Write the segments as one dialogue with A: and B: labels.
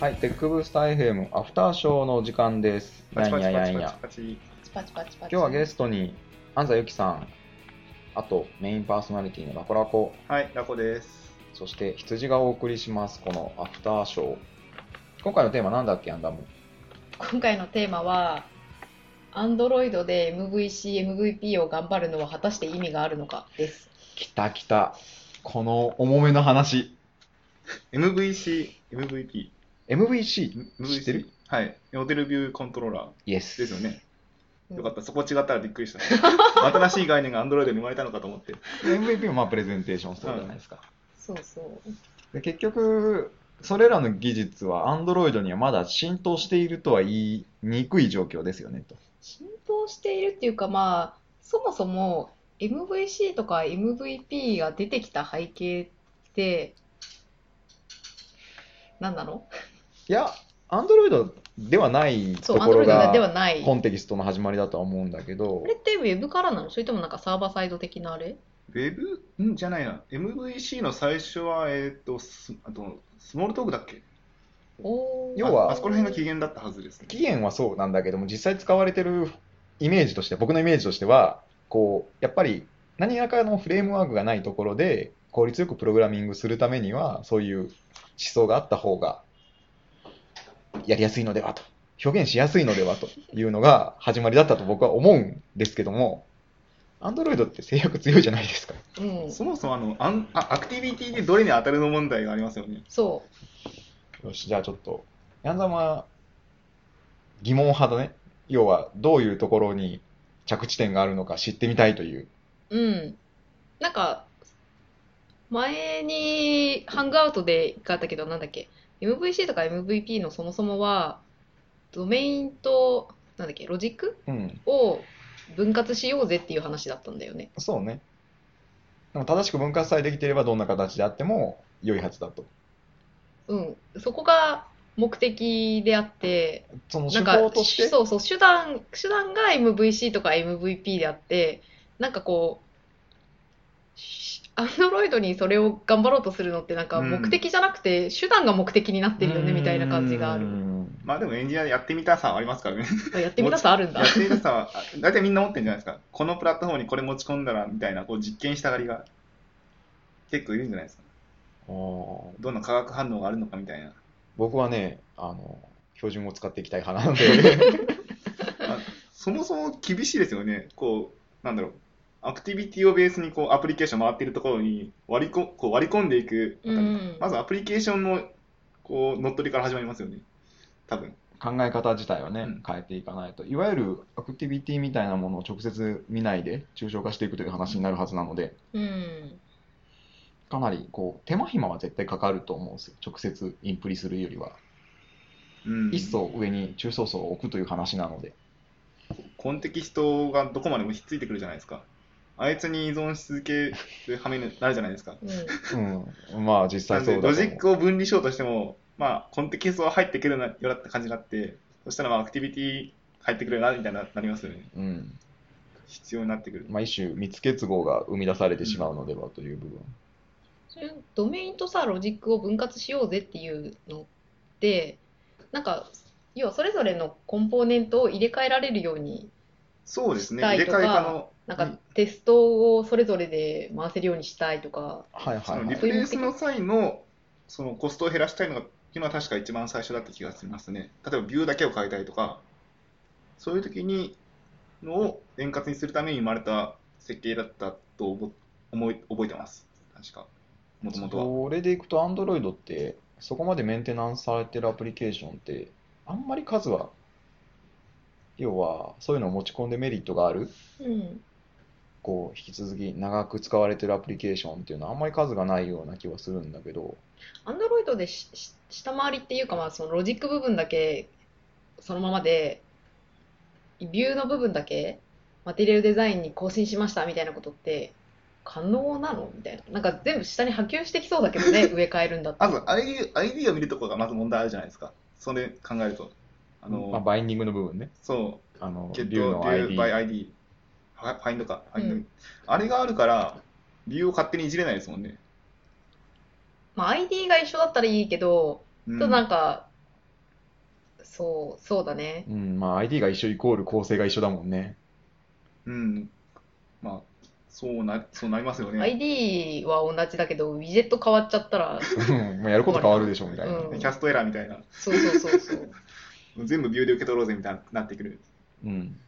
A: はい、テックブースター FM アフターショーの時間です。
B: パ
A: や
B: チ
A: ん
B: パ
A: や
B: チ
A: やんや。
B: パチパチパチ。
C: チパチパチパチ。
A: 今日はゲストに安西由紀さん、あとメインパーソナリティのラコラコ、
B: はい、ラコです。
A: そして羊がお送りします、このアフターショー。今回のテーマなんだっけ、アンダム。
C: 今回のテーマは、アンドロイドで MVC、MVP を頑張るのは果たして意味があるのかです。
A: きたきた。この重めの話。
B: MVC、MVP。
A: MVC?
B: MVC
A: 知ってる
B: はい。モデルビューコントローラー
A: イエス。
B: ですよね。
C: うん
B: よかった。そこ違ったらびっくりした。 新しい概念が Android に生まれたのかと思って。
A: MVP もまあプレゼンテーションそうじゃないですか。
C: そうそう。
A: で結局、それらの技術は Android にはまだ浸透しているとは言いにくい状況ですよねと。
C: 浸透しているっていうか、まあ、そもそも MVC とか MVP が出てきた背景って、何なの
A: いや、Android ではない
C: そ
A: と
C: う、アン
A: こ
C: ド
A: ろ
C: ロイド
A: が
C: ではない。
A: コンテキストの始まりだとは思うんだけど
C: あれ、ってウェブからなのそれともなんかサーバーサイド的なあれ
B: Web? んじゃないな。MVC の最初は、えっと、スあと、スモールトークだっけ
C: おー
A: 要は
B: ああそこら辺が起源だったはずですね。
A: 起源はそうなんだけども、実際使われてるイメージとして、僕のイメージとしては、こう、やっぱり何らかのフレームワークがないところで効率よくプログラミングするためには、そういう思想があった方がやりやすいのではと、表現しやすいのではというのが始まりだったと僕は思うんですけども、Android って制約強いじゃないですか。
C: うん、
B: そもそもあのアンあ、アクティビティでどれに当たるの問題がありますよね。
C: そう。
A: よし、じゃあちょっと、ヤンザマは疑問派だね。要は、どういうところに着地点があるのか知ってみたいという。
C: うん。なんか、前にハングアウトで一回あったけど、なんだっけ、MVC とか MVP のそもそもは、ドメインと、なんだっけ、ロジック
A: うん、
C: を分割しようぜっていう話だったんだよね。
A: そうね。でも正しく分割さえできていれば、どんな形であっても良いはずだと。
C: うん。そこが目的であって、
A: その
C: な
A: 手
C: んか、
A: 法として、
C: そうそう、手段、手段が MVC とか MVP であって、なんかこう、しアンドロイドにそれを頑張ろうとするのって、なんか
B: うん
C: 目的じゃなくて、手段が目的になってるよね、みたいな感じがあ
A: う
C: る。
A: ん
B: まあでもエンジニアでやってみたさはありますからね。
C: あやってみたさあるんだ
B: や。ってみたさは、あ大体みんな持ってるんじゃないですか。このプラットフォームにこれ持ち込んだら、みたいな、こう実験したがりが結構いるんじゃないですか。
A: あー
B: どんな化学反応があるのかみたいな。
A: 僕はね、あの、標準を使っていきたい派なの で、
B: あそもそも厳しいですよね。こう、なんだろう。アクティビティをベースにこうアプリケーション回ってるところに割りここう割り込んでいく、
C: うん
B: まずアプリケーションのこう乗っ取りから始まりますよね。多分。
A: 考え方自体はね
B: うん、
A: 変えていかないと。いわゆるアクティビティみたいなものを直接見ないで、抽象化していくという話になるはずなので、
C: うん。
A: かなりこう手間暇は絶対かかると思うんですよ直接インプリするよりは、
B: うん
A: 一層上に中層層を置くという話なので
B: コンテキストがどこまでもひっついてくるじゃないですか。あいつに依存し続ける羽目になるじゃないですか。
C: うん。
A: うんまあ実
B: な
A: 際
B: ん
A: そうだと
B: でロ
A: 思
B: ジ
A: う
B: ックを分離しようとしても、まあ、コンテキストは入ってくるなよなって感じ になって、そしたらまあアクティビティ入ってくるなみたいにななりますよね。
A: うん
B: 必要になってくる。
A: まあ、一種密結合が生み出されてしまうのではという部分、
C: それドメインとさ、ロジックを分割しようぜっていうのって、なんか、要はそれぞれのコンポーネントを入れ替えられるように、
B: そうですね。
C: した
B: 入
C: い
B: れ
C: とか
B: 替え可能。
C: な
B: う
C: んか
B: ん
C: テストをそれぞれで回せるようにしたいとか、
A: はい
B: そ
A: はい、
B: の
A: は
B: リ
A: い、
B: プレイスの際のそのコストを減らしたいのがっていうのは確か一番最初だった気がしますね。例えばビューだけを変えたいとか、そういう時にのを円滑にするために生まれた設計だったと思思い覚えてます。確か。もともとは。
A: それでいくと Android ってそこまでメンテナンスされてるアプリケーションってあんまり数は要はそういうのを持ち込んでメリットがある
C: うん。
A: こう引き続き長く使われてるアプリケーションっていうのはあんまり数がないような気はするんだけど、
C: アンドロイドでしし下回りっていうか、まあ、そのロジック部分だけそのままで、ビューの部分だけマテリアルデザインに更新しましたみたいなことって可能なのみたいな。なんか全部下に波及してきそうだけ どね、植え替えるんだって。
B: まず ID, ID を見るところがまず問題あるじゃないですか。それ考えると。あの、
A: まあ、バインディングの部分ね。
B: そう。
A: あの、
B: ゲッ
A: 竜
B: ト
A: の
B: view
A: ID。
B: by ID。ファインドか。ファインド
C: うん
B: あれがあるから、理由を勝手にいじれないですもんね。
C: まあ、ID が一緒だったらいいけど、
B: うん
C: ちょっとなんか、そう、そうだね。
A: うん、まあ IT が一緒イコール構成が一緒だもんね。
B: うん。まあ、そうな、そうなりますよね。
C: ID は同じだけど、ウィジェット変わっちゃったら、
A: うんもうやること変わるでしょみたいな。
C: うん
B: キャストエラーみたいな。
C: そうそうそう そう。
B: 全部ビューで受け取ろうぜみたいになってくる。
A: うん。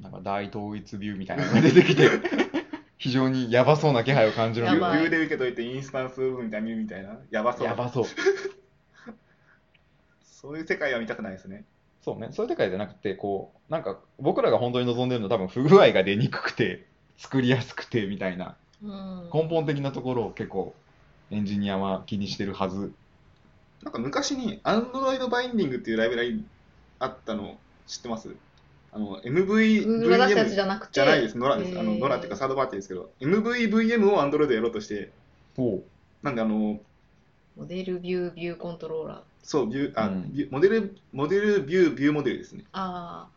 A: なんか大統一ビューみたいなのが出てきて、 非常にやばそうな気配を感じ
B: ビ
A: る
B: ュ
A: んだけ
B: ービ
A: ど
C: やばい
B: ューで受け取ってインスタンス部分みたいに見るみたいな。やばそう。
A: やばそう。
B: そういう世界は見たくないですね。
A: そうね、そういう世界じゃなくて、こう、なんか僕らが本当に望んでるのは多分不具合が出にくくて、作りやすくてみたいな、
C: うん。
A: 根本的なところを結構エンジニアは気にしてるはず。
B: なんか昔に Android Binding っていうライブラリあったの知ってますあの、
C: Google が出したや
B: MVVM
C: つじゃなくて、
B: じゃないです。ノラです。あの、
C: へー
B: ノラっていうかサードパーティーですけど、MVVM を Android でやろうとして、
A: ほ
B: なんであの、
C: モデルビュービューコントローラー。
B: そう、ビュー、あ、
A: うん
B: ビューモデル、モデルビュー、ビューモデルですね。
C: あ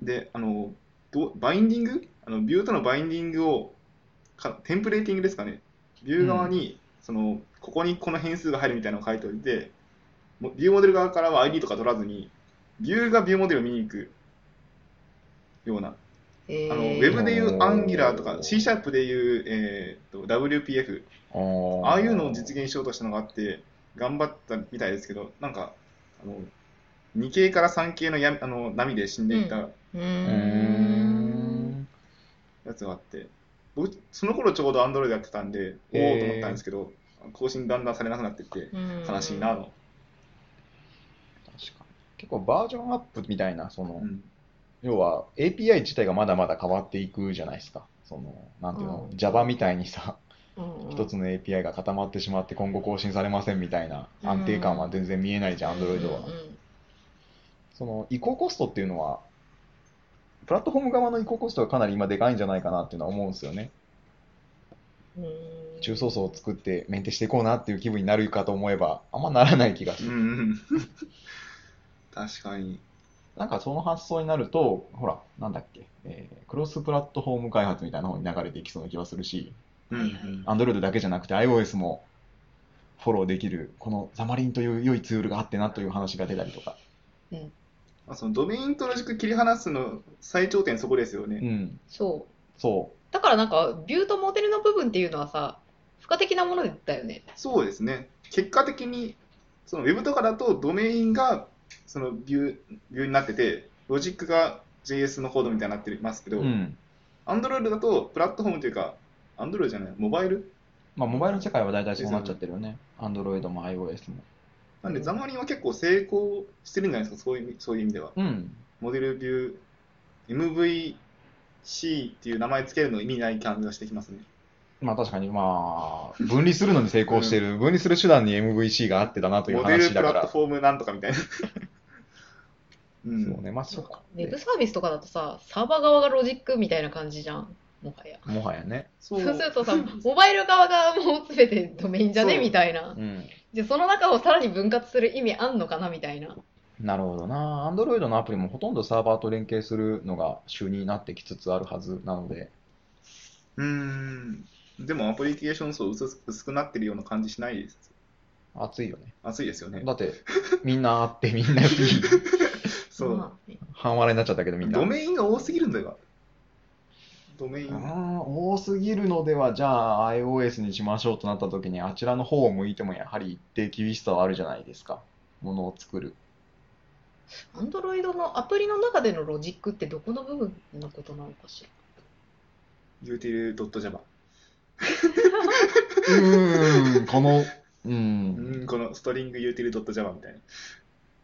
B: で、あの、どうバインディングあの、ビューとのバインディングをか、テンプレーティングですかね。ビュー側に、その、ここにこの変数が入るみたいなのを書いておいて、もビューモデル側からは ID とか取らずに、ビューがビューモデルを見に行くような。
C: あ、え
B: あの、ウ
C: ー
B: ェブでいう
A: おー
B: Angular とか、C シャープでいう、えーっと、WPF。
A: う。あ
B: ああいうのを
A: 現。
B: 実現しようとしたのがあって、頑張ったみたいですけど、なんか、あの2系から3系のやあの波で死んでいた
C: う
A: うー
C: ん。
A: ん。
B: やつがあって、僕、その頃ちょうど Android やってたんで、お
A: へ
B: お
A: ー
B: ーと思ったんですけど、更新だんだんされなくなってって、悲しいなと。
A: 確かに。結構バージョンアップみたいな、その、
B: うん
A: 要は API 自体がまだまだ変わっていくじゃないですか。その、なんていうの、
C: うん
A: Java みたいにさ、
C: うんうん
A: 一つの API が固まってしまって今後更新されませんみたいな安定感は全然見えないじゃん、Android は
C: うん。うん
A: その移行コストっていうのは、プラットフォーム側の移行コストがかなり今でかいんじゃないかなっていうのは思うんですよね。
C: うん
A: 中層層を作ってメンテしていこうなっていう気分になるかと思えば、あんまならない気がす
B: うん
A: る。
B: うん、 確かに。
A: なんかその発想になると、ほら、なんだっけ、えークロスプラットフォーム開発みたいな方に流れていきそうな気がするし、
B: うん
C: はいはい
B: うん
A: Android だけじゃなくて iOS もフォローできる、このザマリンという良いツールがあってなという話が出たりとか。
B: まあ、そのドメインとロジック切り離すの最頂点そこですよ
A: う
B: ね。
A: ん、
C: そう。
A: そ
C: だからなんか、ビューとモデルの部分っていうのはさ、付加的なものだよね。
B: そうですね。結果的に、その Web とかだとドメインがそのビュー、ビューになってて、ロジックが JS のコードみたいになってますけ
A: う。
B: ど、
A: うん。
B: Android だとプラットフォームというか、Android じゃない、モバイル
A: まあ、モバイルの世界は大体そうなっちゃってるよね。Android も iOS も。
B: なんで、ザマリンは結構成功してるんじゃないですか、そういう意味そういう意味では。
A: うん。
B: モデルビュー、MVC っていう名前つけるの意味ない感じがしてきますね。
A: まあ確かに、まあ、分離するのに成功してる。分離する手段に MVC があってだなという
B: モデル
A: 話
B: プ
A: だか
B: ラット
A: ら。
B: フォームなんとかみ たいな。うん、
A: そうね、まあそこ。
C: ウェブサービスとかだとさ、サーバー側がロジックみたいな感じじゃん、もはや。
A: もはやね。
B: そ
C: そううするとさ、モバイル側がもう全てドメインじゃね
B: そう
C: みたいな
A: う。ん。
C: で、その中をさらに分割する意味あんのかなみたいな。
A: なるほどな。Android のアプリもほとんどサーバーと連携するのが主になってきつつあるはずなので。
B: うーん。でもアプリケーション層薄す薄くなってるような感じしないです。
A: 熱いよね。
B: 熱いですよね。
A: だって、みんなあってみんなやっていい。
B: そう。
C: まあね
A: 半笑いになっちゃったけど、みんな。
B: ドメインが多すぎるんだよ。ドメイン。
A: ああ、多すぎるのでは、じゃあ iOS にしましょうとなった時に、あちらの方を向いてもやはり一定厳しさはあるじゃないですか。ものを作る。
C: アンドロイドのアプリの中でのロジックってどこの部分のことなのかしら。
B: util.java。
A: うーん、この、う。
B: うんん、このストリング util.java みたいな。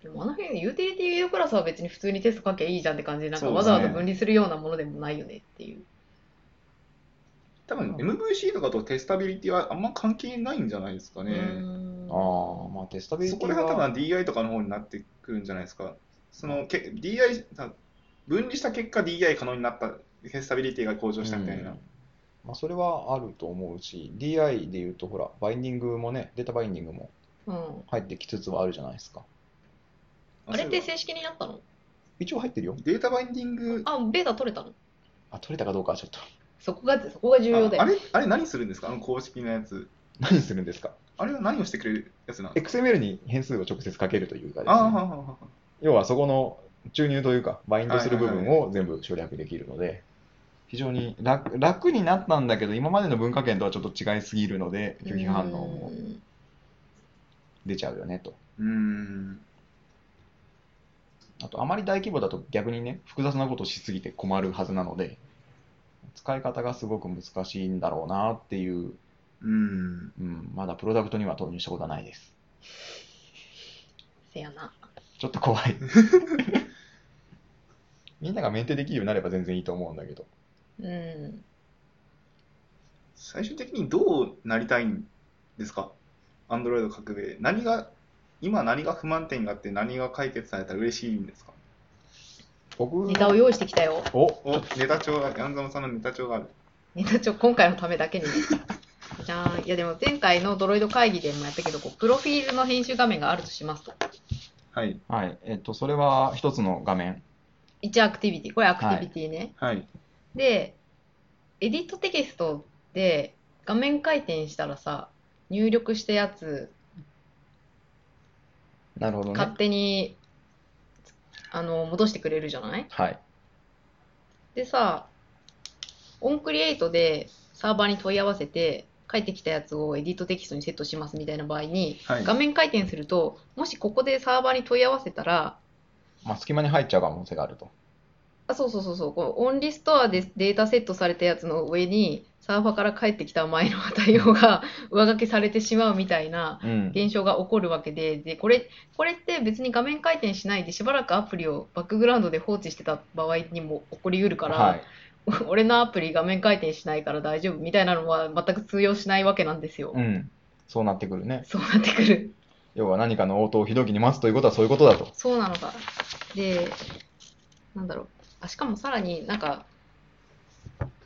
C: でもあの辺のユーティリティクラスは別に普通にテスト書きゃいいじゃんって感じで、なんか
B: そう
C: わ
B: です
C: ざ
B: ね
C: わざ分離するようなものでもないよねっていう。
B: 多分 MVC とかとテスタビリティはあんま関係ないんじゃないですか
C: う
B: ね。
C: ーん
A: ああ、まあテスタビリ
B: そ
A: テ
B: こ
A: ィ
B: ら辺は
A: は、
B: 多分 DI とかの方になってくるんじゃないですか。そのけ DI、た分離した結果 DI 可能になった、テスタビリティが向上したみたいな。
A: うんまあそれはあると思うし、DI で言うと、ほら、バインディングもね、データバインディングも
C: うん。
A: 入ってきつつはあるじゃないですか。
C: あれっ
B: そうい
C: て
B: えば
C: 正式になったの
A: 一応入ってるよ。
B: データバインディング
C: あ、ベータ取れたの
A: あ、取れたかどうかはちょっと。
C: そこが、そこが重要だ
B: ああ
C: よ。
B: れあれ何するんですかあの公式のやつ。
A: 何するんですか
B: あれは何をしてくれるやつなの
A: ?XML に変数を直接かけるというかですね
B: ああ、
A: 要はそこの注入というか、バインドする部
B: はい
A: 分
B: は
A: を全部省略できるので、非常に楽楽になったんだけど、今までの文化圏とはちょっと違いすぎるので、拒否反応も
C: うん
A: 出ちゃうよねと。
B: うーん。
A: あと、あまり大規模だと逆にね、複雑なことをしすぎて困るはずなので、使い方がすごく難しいんだろうなっていう、
B: うーん。
A: うん、まだプロダクトには投入したことはないです。
C: せやな。
A: ちょっと怖 い。みんながメンテできるようになれば全然いいと思うんだけど。
C: うん。
B: 最終的にどうなりたいんですかアンドロイド各で何が、今何が不満点があって何が解決されたら嬉しいんですか
A: 僕
C: ネタを用意してきたよ。
A: お
B: お、ネタ帳が、ヤンザムさんのネタ帳がある。
C: ネタ帳、今回のためだけにね。じゃーん。いや、でも前回のドロイド会議でもやったけど、こうプロフィールの編集画面があるとしますと。
B: はい。
A: はい。えっと、それは一つの画面。
C: 一アクティビティ。これアクティビティね。
B: はい。
C: で、エディットテキストで画面回転したらさ、入力したやつ、
A: なるほど
C: 勝。手に、あの、戻してくれるじゃない
A: はい。
C: でさ、オンクリエイトでサーバーに問い合わせて、書いてきたやつをエディットテキストにセットしますみたいな場合に、
B: はい。
C: 画面回転すると、もしここでサーバーに問い合わせたら、
A: まあ、隙間に入っちゃう可能性があると。
C: あ、そうそうそうそう、こうオンリストアでデータセットされたやつの上に、サーバーから返ってきた前の 対応が上書きされてしまうみたいな
A: うん。
C: 現象が起こるわけで、で、これ、これって別に画面回転しないでしばらくアプリをバックグラウンドで放置してた場合にも起こりうるから、
A: はい。
C: 俺のアプリ画面回転しないから大丈夫みたいなのは全く通用しないわけなんですよ。
A: うん。そうなってくるね。
C: そうなってくる。
A: 要は何かの応答をひどきに待つということはそういうことだと。
C: そうなのか。で、なんだろう。あ、しかもさらになんか、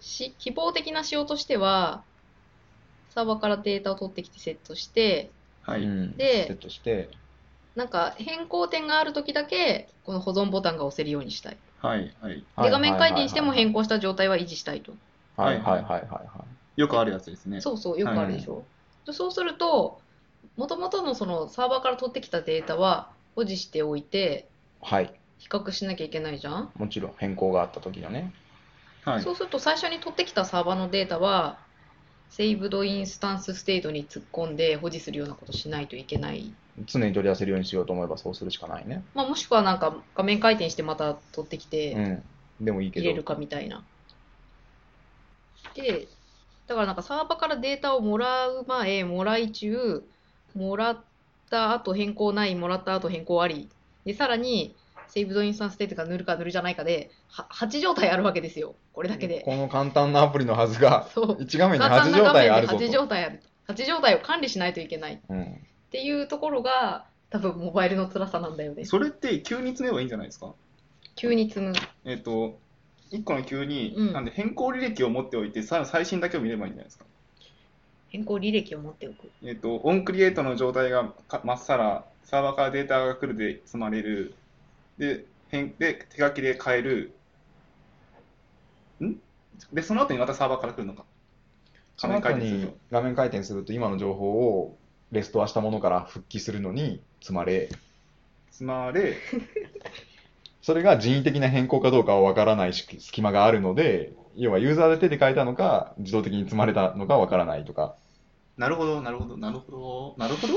C: し、希望的な仕様としては、サーバーからデータを取ってきてセットして、
B: は
A: う
B: い。
A: ん。
C: で
A: セットして、
C: なんか変更点があるときだけ、この保存ボタンが押せるようにしたい。
B: はい。はい。
A: は
C: で、
A: い
C: 画面回転しても変
A: 更。
C: 更した状態は維持したいと。
A: はいはいはいはいはい。
B: よくあるやつですね。
C: そうそう、よくあるでしょ。でそうすると、もともとのそのサーバーから取ってきたデータは保持しておいて、
A: はい。
C: 比較しなきゃいけないじゃん、
A: もちろん変更があった時のね。
B: はい
C: そ。うすると最初に取ってきたサーバーのデータは、セーブドインスタンスステートに突っ込んで保持するようなことしないといけない。
A: 常に取り出せるようにしようと思えばそうするしかないね。
C: まあ、もしくはなんか画面回転してまた取ってきて、
A: うん。でもいいけ
C: 入れる
A: ど。
C: かみたいな。で、だからなんかサーバーからデータをもらう前、もらい中、もらった後変更ない、もらった後変更あり、で、さらに、セーブドインスタンステートが塗るか塗るじゃないかで、は8状態あるわけですよ、これだけで。
A: この簡単なアプリのはず が、
C: そう。
A: 1画面に
C: 簡単
A: 8
C: な
A: 状
C: 画
A: 態
C: 面
A: があ
C: で
A: るぞ
C: 8
A: と。
C: 状態ある。8状態を管理しないといけないっ
A: うん。
C: ていうところが、多分モバイルの辛さなんだよね。
B: それって急に詰めばいいんじゃないですか
C: 急に積む。
B: えっ、と、1個の急に、
C: うん
B: なんで変更履歴を持っておいて、さらに最新だけを見ればいいんじゃないですか。
C: 変更履歴を持っておく。
B: えっ、と、オンクリエイトの状態がかまっさら、サーバーからデータが来るで積まれる、で、変で手書きで変える、んで、その後にまたサーバーから来るのか。
A: その後
B: 画面回転す
A: に
B: ると
A: 画面回転すると今の情報をレストアしたものから復帰するのに積まれ
B: 積まれ、
A: それが人為的な変更かどうかはわからないし隙間があるので要はユーザーで手で変えたのか自動的に積まれたのかわからないとか
B: なるほど、なるほど、なるほど、 なるほど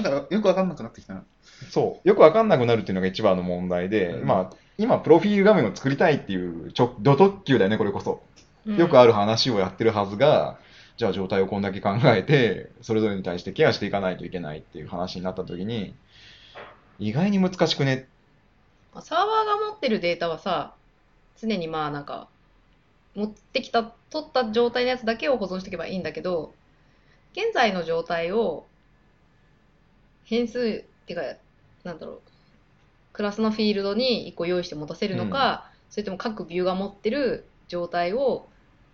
B: なんかよくわかんなくなってきたな。
A: そうよくわかんなくなるっていうのが一番の問題で、
B: うん
A: まあ、今プロフィール画面を作りたいっていうちょド直球だよねこれこそよく
C: あ
A: ある話をやってるはずが、じゃあ状態をこんだけ考えて、それぞれに対してケアしていかないといけないっていう話になった時に、意外に難しくね。
C: まあサーバーが持ってるデータはさ、常にまあなんか、持ってきた、取った状態のやつだけを保存しておけばいいんだけど、現在の状態を変数っていうか、なんだろう、クラスのフィールドに1個用意して持たせるのか、それとも各ビューが持ってる状態を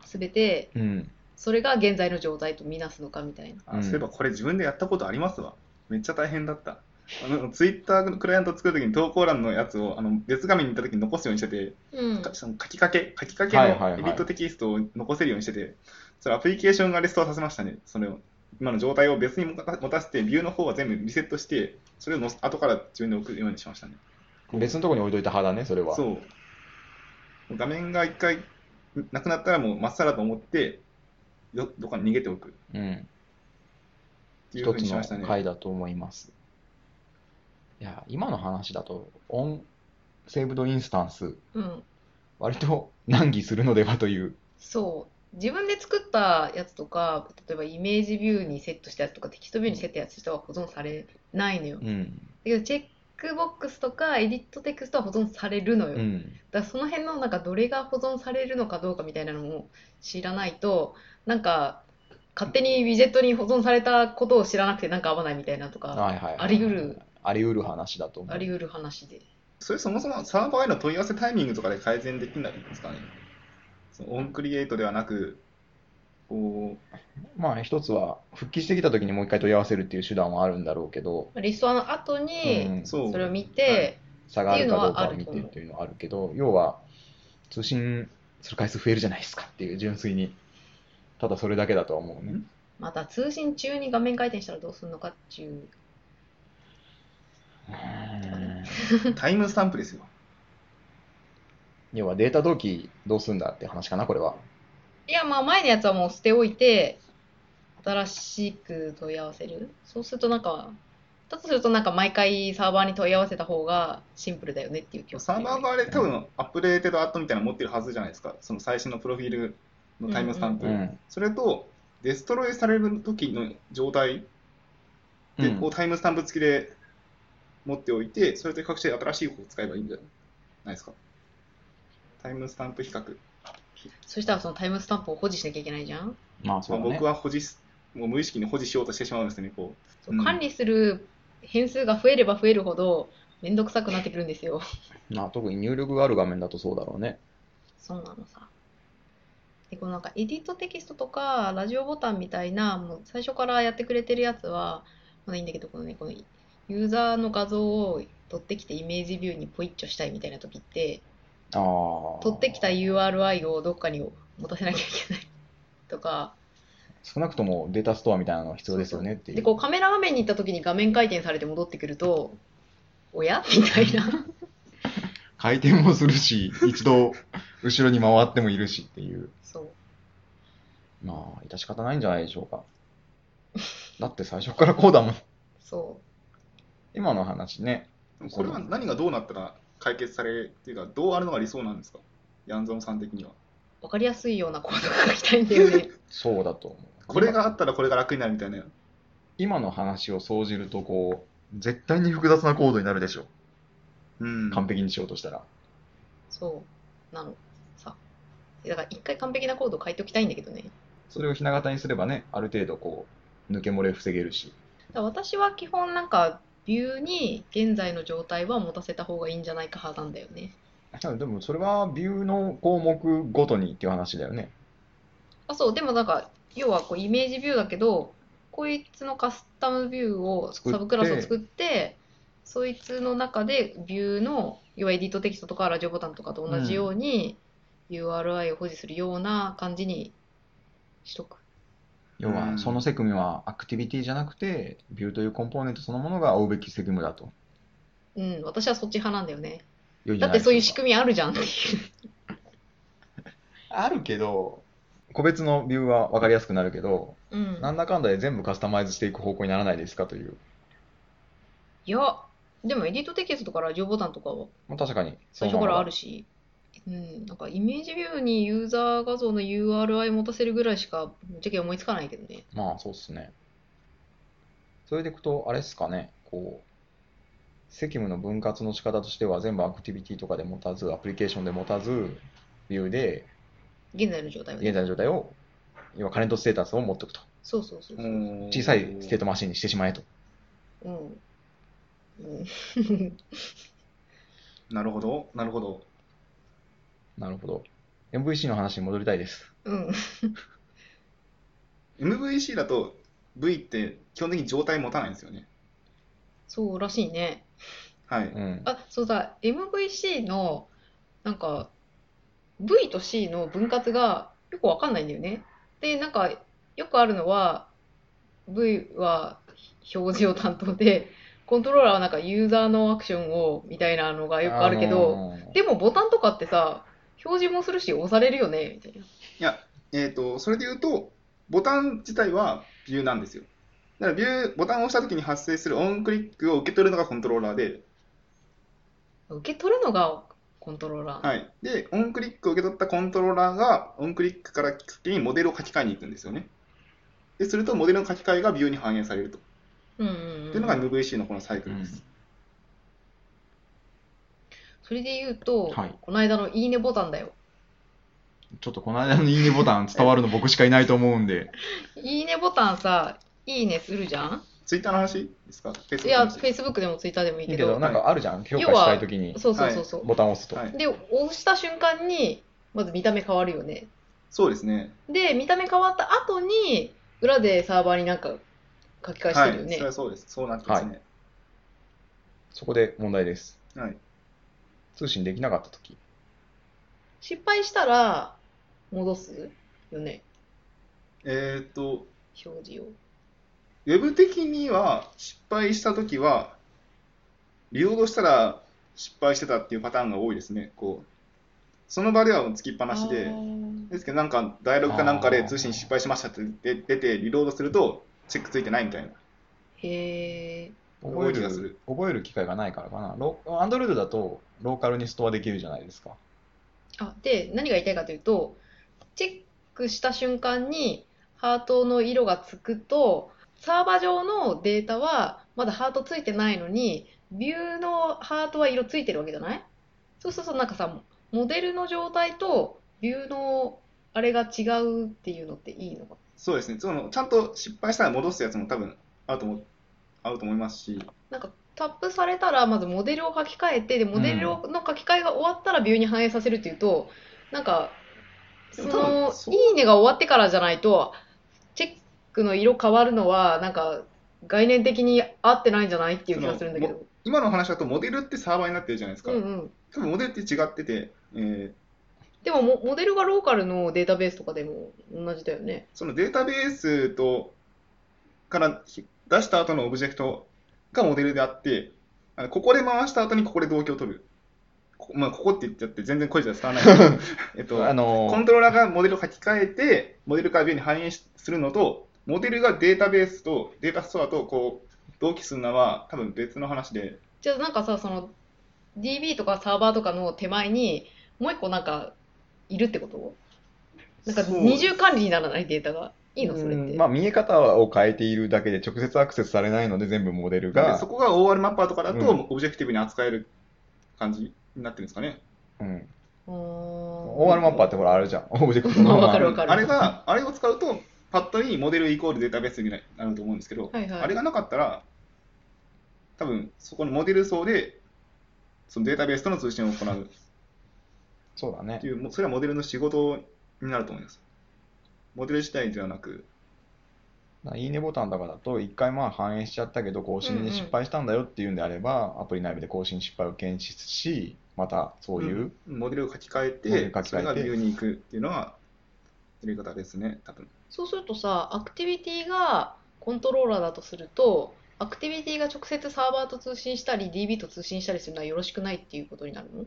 C: 全て、
A: うん。
C: それが現在の状態とみなすのかみたいな。
B: あ
A: うん
B: そういえばこれ自分でやったことありますわ。めっちゃ大変だった。あのツイッターのクライアント作るときに投稿欄のやつをあの別画面に行ったときに残すようにしてて、
C: うん。
B: かその書きかけ、書きかけ
A: はいはい
B: の
A: はい
B: エディットテキストを残せるようにしてて、それアプリケーションがレストアさせましたね、それを。今の状態を別に持た持たせて、ビューの方は全部リセットして、それをのせ後から自分で置くようにしましたね。
A: 別のところに置いといた派だね、それは。
B: そう。もう画面が一回なくなったらもうまっさらと思って、どどっかに逃げておくっ
A: うん。
B: てい
A: 一
B: うふう
A: つ
B: にしました
A: の
B: ね。
A: 回だと思います。いや、今の話だと、オン、セーブドインスタンス、
C: うん。
A: 割と難儀するのではという。
C: そう。自分で作ったやつとか、例えばイメージビューにセットしたやつとか、テキストビューにセットしたやつとは保存されないのよ。だ
A: うん。
C: けど、チェックボックスとかエディットテクストは保存されるのよ。
A: うん。
C: だからその辺のなんかどれが保存されるのかどうかみたいなのも知らないとなんか勝手にウィジェットに保存されたことを知らなくてなんか合わないみたいなとか
A: はいはいはい。
C: あり得る。
A: あり得る話だと思う。
C: あり得る話で
B: それそもそもサーバーへの問い合わせタイミングとかで改善できないんですかね。そのオンクリエイトではなく、こう、
A: まあ、一つは、復帰してきた時にもう一回問い合わせるっていう手段はあるんだろうけど、
C: リストアの後に
A: うん
B: そう。
C: それを見て
A: 差があるかどうかを
C: ってい
A: 見
C: うのはあると
A: て
C: 思う
A: っていうのはあるけど、要は通信する回数増えるじゃないですかっていう、純粋に、ただそれだけだとは思うね。
C: また通信中に画面回転したらどうするのかっていう
B: タイムスタンプですよ。
A: 要はデータ同期どうすんだって話かな、これは。
C: いやまあ前のやつはもう捨ておいて新しく問い合わせるそうするとなんかだとするとなんか毎回サーバーに問い合わせた方がシンプルだよねっていう気がす
B: サ
C: る
B: ーバー側で多分アップデーテッドアットみたいなの持ってるはずじゃないですか。その最新のプロフィールのタイムスタンプ。
A: うん。
B: それと、デストロイされる時の状態で、こうタイムスタンプ付きで持っておいて、それと比較して新しい方を使えばいいんじゃないですか。タイムスタンプ比較。
C: そしたらそのタイムスタンプを保持しなきゃいけないじゃん。
A: まあ、そうだね
B: 僕。は保持し、もう無意識に保持しようとしてしまうんですよね、こう。
C: そう
B: うん
C: 管理する変数が増えれば増えるほどめんどくさくなってくるんですよ。
A: まあ、特に入力がある画面だとそうだろうね。
C: そうなのさ。で、このなんかエディットテキストとかラジオボタンみたいな、もう最初からやってくれてるやつは、まだいいんだけど、このね、このユーザーの画像を取ってきてイメージビューにポイッチョしたいみたいな時って、
A: ああ。
C: 取ってきた URI をどっかに持たせなきゃいけないとか、
A: 少なくともデータストアみたいなのが必要ですよねってい
C: で、
A: う。
C: こうカメラ画面に行った時に画面回転されて戻ってくると、おやみたいな。
A: 回転もするし、 一度後ろに回ってもいるしっていう。
C: そう。
A: まあ、致し方ないんじゃないでしょうか。だって最初からこうだもん。
C: そ
A: 今の話ね。
B: でもこれは何がどうなったら解決されるっていうか、どうあるのが理想なんですかヤンゾンさん的には。
C: う。わかりやすいようなコードが書きたいんだよね。
A: そうだと思う。
B: これがあったらこれが楽になるみたいな。
A: 今今の話を総じると、こう、絶対に複雑なコードになるでしょ。
B: うん。
A: 完璧にしようとしたら。
C: そう。なの。さ。だから一回完璧なコードを書いておきたいんだけどね。
A: それをひな形にすればね、ある程度こう、抜け漏れ防げるし。
C: だから私は基本なんか、ビューに現在の状態は持たせた方がいいんじゃないか派なんだよね。
A: でもそれはビューの項目ごとにっていう話だよね。
C: あ、そう。でもなんか、要はこうイメージビューだけど、こいつのカスタムビューを、
A: 作って
C: サブクラスを作って、そいつの中でビューの、要はエディットテキストとかラジオボタンとかと同じように、URI を保持するような感じにしとく。
A: 要
B: う
A: は、
B: ん
A: その責務はアクティビティじゃなくて、ビューというコンポーネントそのものが追うべき責務だと。
C: うん、私はそっち派なんだよね。
A: 良いんじ
C: だ
A: ゃ
C: っ
A: な
C: て
A: いでし
C: そ
A: ょ
C: う
A: うか
C: いう仕組みあるじゃんっていう。
A: あるけど、個別のビューは分かりやすくなるけど、
C: うん。
A: なんだかんだで全部カスタマイズしていく方向にならないですかという。
C: いや、でもエディットテキストとかラジオボタンとかは
A: まあ、確かに。
C: 最初からある
A: し。
C: し、うん、なんかイメージビューにユーザー画像の URI 持たせるぐらいしか、ぶっちゃけ思いつかないけどね。
A: まあ、そうっすね。それでいくと、あれっすかね、こう、責務の分割の仕方としては、全部アクティビティとかで持たず、アプリケーションで持たず、ビューで、
C: 現在の状態は
A: 現
C: ね。
A: 在の状態を、要はカレントステータスを持っておくと。
C: そうそうそう。うん。
A: 小さいステートマシンにしてしまえと。
C: うん。
B: なるほど、なるほど。
A: なるほど。MVC の話に戻りたいです。
C: うん。
B: MVC だと V って基本的に状態持たないんですよね。
C: そうらしいね。
B: は
A: う
B: い。
A: ん。
C: あ、そうだ、MVC の、なんか、V と C の分割がよくわかんないんだよね。で、なんか、よくあるのは、 V は表示を担当で、コントローラーはなんかユーザーのアクションをみたいなのがよくあるけど、
A: あのー
C: でもボタンとかってさ、表示もするし押されるよね、みたいな。
B: いや、えっ、と、それで言うと、ボタン自体はビューなんですよ。だからビュー、ボタンを押した時に発生するオンクリックを受け取るのがコントローラーで、
C: 受け取るのがコントローラー。
B: はい。で、オンクリックを受け取ったコントローラーが、オンクリックからきっかけにモデルを書き換えに行くんですよね。で、するとモデルの書き換えがビューに反映されると。
C: うんうんうん
B: っていうのが MVC のこのサイクルです。
C: それで言うと、
A: はい
C: この間のいいねボタンだよ。
A: ちょっとこの間のいいねボタン伝わるの僕しかいないと思うんで。
C: いいねボタンさ、いいねするじゃん
B: ツイッターの話ですか
C: い
B: Facebook の
C: や、
B: 話
C: Facebook でも Twitter でもいい
A: いい
C: け
A: けど、
C: ど、
A: なんかあるじゃん。評価
C: 要は
A: したいときに
C: そうそうそうそう。
A: ボタンを押すと。
B: はい。
C: で、押した瞬間に、まず見た目変わるよね。
B: そうですね。
C: で、見た目変わった後に、裏でサーバーになんか書き換えしてるよ
B: はい。それ
C: ね。
B: はそうです。そうなってますね。
A: そこで問題です。
B: はい。
A: 通信できなかったとき。
C: 失敗したら、戻すよね、
B: えっ、と、
C: 表示を。
B: ウェブ的には失敗したときは、リロードしたら失敗してたっていうパターンが多いですね。こう、その場ではつきっぱなし
C: あ
B: で、
C: ー
B: ですけどなんか、ダイアログかなんか
A: あ
B: で
A: ー
B: 通信失敗しましたって出出て、リロードすると、チェックついてないみたいな。
C: へえ。
A: 覚え
B: 覚える気がす
A: る
B: る、
A: 覚える機会がないからかな。ロアンドロイドだとローカルにストアできるじゃないですか。
C: あ、で、何が言いたいかというと、チェックした瞬間に、ハートの色がつくと、サーバー上のデータはまだハートついてないのに、ビューのハートは色ついてるわけじゃないそうするとなんかさ、モデルの状態とビューのあれが違うっていうのっていいのか
B: そうですね。その、ちゃんと失敗したら戻すやつも多分、あると思う、あると思いますし、
C: なんかタップされたらまずモデルを書き換えてでモデルをの書き換えが終わったらビューに反映させるっていうとなんかそ
B: でも多分
C: の
B: そう
C: 「いいね」が終わってからじゃないとチェックの色変わるのはなんか概念的に合ってないんじゃないっていう気がするんだけど
B: 今の話だとモデルってサーバーになってるじゃないですか。
C: うんうん
B: 多分モデルって違ってて、えー
C: でもモモデルがローカルのデータベースとかでも同じだよね
B: そのデータベースとからひ出した後のオブジェクトがモデルであって、あのここで回した後にここで動機を取る。こまあ、ここって言っちゃって全然声じゃ伝わらない けどえっと、
A: あの
B: コントローラーがモデルを書き換えて、モデルからビューに反映しするのと、モデルがデータベースとデータストアとこう同期するのは多分別の話で、
C: じゃあなんかさその DB とかサーバーとかの手前にもう一個なんかいるってことなんか
B: そう
C: 二重管理にならないデータがいいのそれっ
A: う
C: て
A: んまあ、見え方を変えているだけで直接アクセスされないので全部モデル
B: で
A: が
B: そ、こが OR マッパーとかだ
A: うん
B: とオブジェクティブに扱える感じになってるんですかね。
A: うん、
C: 終
A: OR マッパーってほらあるじゃん。オブジェクト
C: まあ
A: のまま
C: わかるわかる
B: あれが、あれを使うと、パッとにモデルイコールデータベースになると思うんですけど、
C: はいはい
B: あれがなかったら、多分そこのモデル層で、そのデータベースとの通信を行う
A: そうだね
B: って。いう、もうそれはモデルの仕事になると思います。モデル自体ではなく、
A: いいねボタンとかだと、一回まあ反映しちゃったけど、更新で失敗したんだよっていうんであれば、アプリ内部で更新失敗を検知し、またそういう、
B: うんモデルを書き換え
A: モデル
B: て
A: 書き換えて
B: それがビューに行くっていうのは、やり方ですね、多分。
C: そうするとさ、アクティビティがコントローラーだとすると、アクティビティが直接サーバーと通信したり、DB と通信したりするのはよろしくないっていうことになるの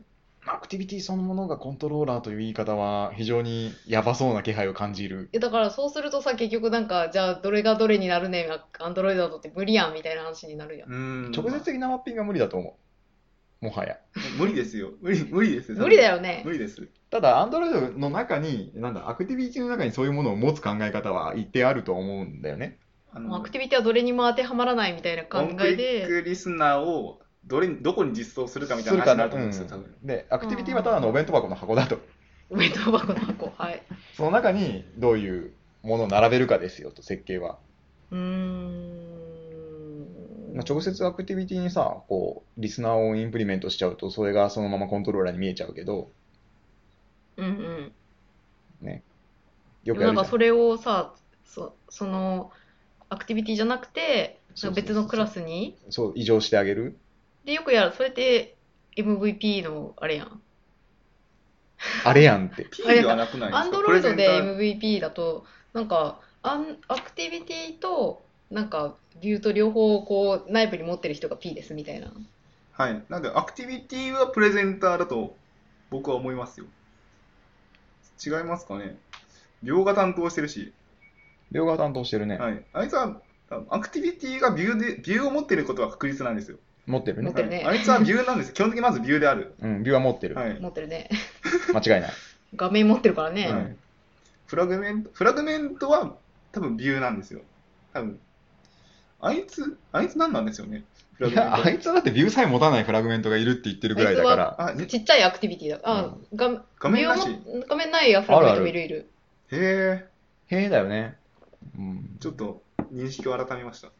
A: アクティビティそのものがコントローラーという言い方は、非常にやばそうな気配を感じる。
C: え、だからそうするとさ、結局なんか、じゃあどれがどれになるねん、アンドロイドだとって無理やんみたいな話になるやん。
B: うん
A: 直接的なマッピングは無理だと思う。もはや。
B: 無理ですよ。無理無理ですよ。多分
C: 無理だよね
B: 無。理です。
A: ただ、Android の中に、なんだ、アクティビティの中にそういうものを持つ考え方は一定あると思うんだよね。
B: あ
C: アクティビティはどれにも当てはまらないみたいな考
B: オンク
C: え
B: リッ
C: で、
B: クリスナーをどれにどこに実装するかみたいな
A: す
B: 話
A: る
B: になると思うんですよ、
A: か
B: 多
A: な
B: 分。
A: うんで、アクティビティはただのお弁当箱の箱だと。
C: お弁当箱の箱、はい。
A: その中にどういうものを並べるかですよと、設計は。
C: うーん。
A: まあ直接アクティビティにさ、こう、リスナーをインプリメントしちゃうと、それがそのままコントローラーに見えちゃうけど、
C: うんう
A: よく
C: ん。で
A: や
C: も
A: る
C: なん
A: じゃ
C: かそれをさそそのアクティビティじゃなくて
A: そうそうそうそう
C: 別のクラスに
A: ん。そう、異常してあげる。
C: でよくやるそれって MVP のあれやん
A: あれやんって。
B: P ではなくないですか
C: アンドロイドで
B: プレゼンター
C: MVP だとなんかアンアクティビティとなんかビューと両方こう内部に持ってる人が P ですみたいな。
B: はい。なんで、アクティビティはプレゼンターだと僕は思いますよ。違いますかね描画担当してるし、
A: 両側担当してるね。
B: はい。あいつは、アクティビティがビューで、ビューを持ってることは確実なんですよ。
A: 持ってる
C: 持
A: ね
C: っ。てるね
B: はいあいつはビューなんです。基本的にまずビューである。
A: うん、ビューは持ってる。
B: はい。
C: 持ってるね。
A: 間違い ない。
C: 画面持ってるからね。
B: は
A: う
B: い
A: ん
B: フラグメント、フラグメントは多分ビューなんですよ。多分。あいつ、あいつ何なんですよね。フラ
A: い
B: グメン
A: や、あ
B: ト。
A: いつはだってビューさえ持たないフラグメントがいるって言ってるぐらいだから。
B: あ、ね
C: ちっちゃいアクティビティだ。あ、画
B: 画
C: ビ
B: 面な
C: ュー
B: し。へ
C: も画面ないアフラグメントもいるいる。
B: え、
A: へえだよね。うん。
B: ちょっと認識を改めました。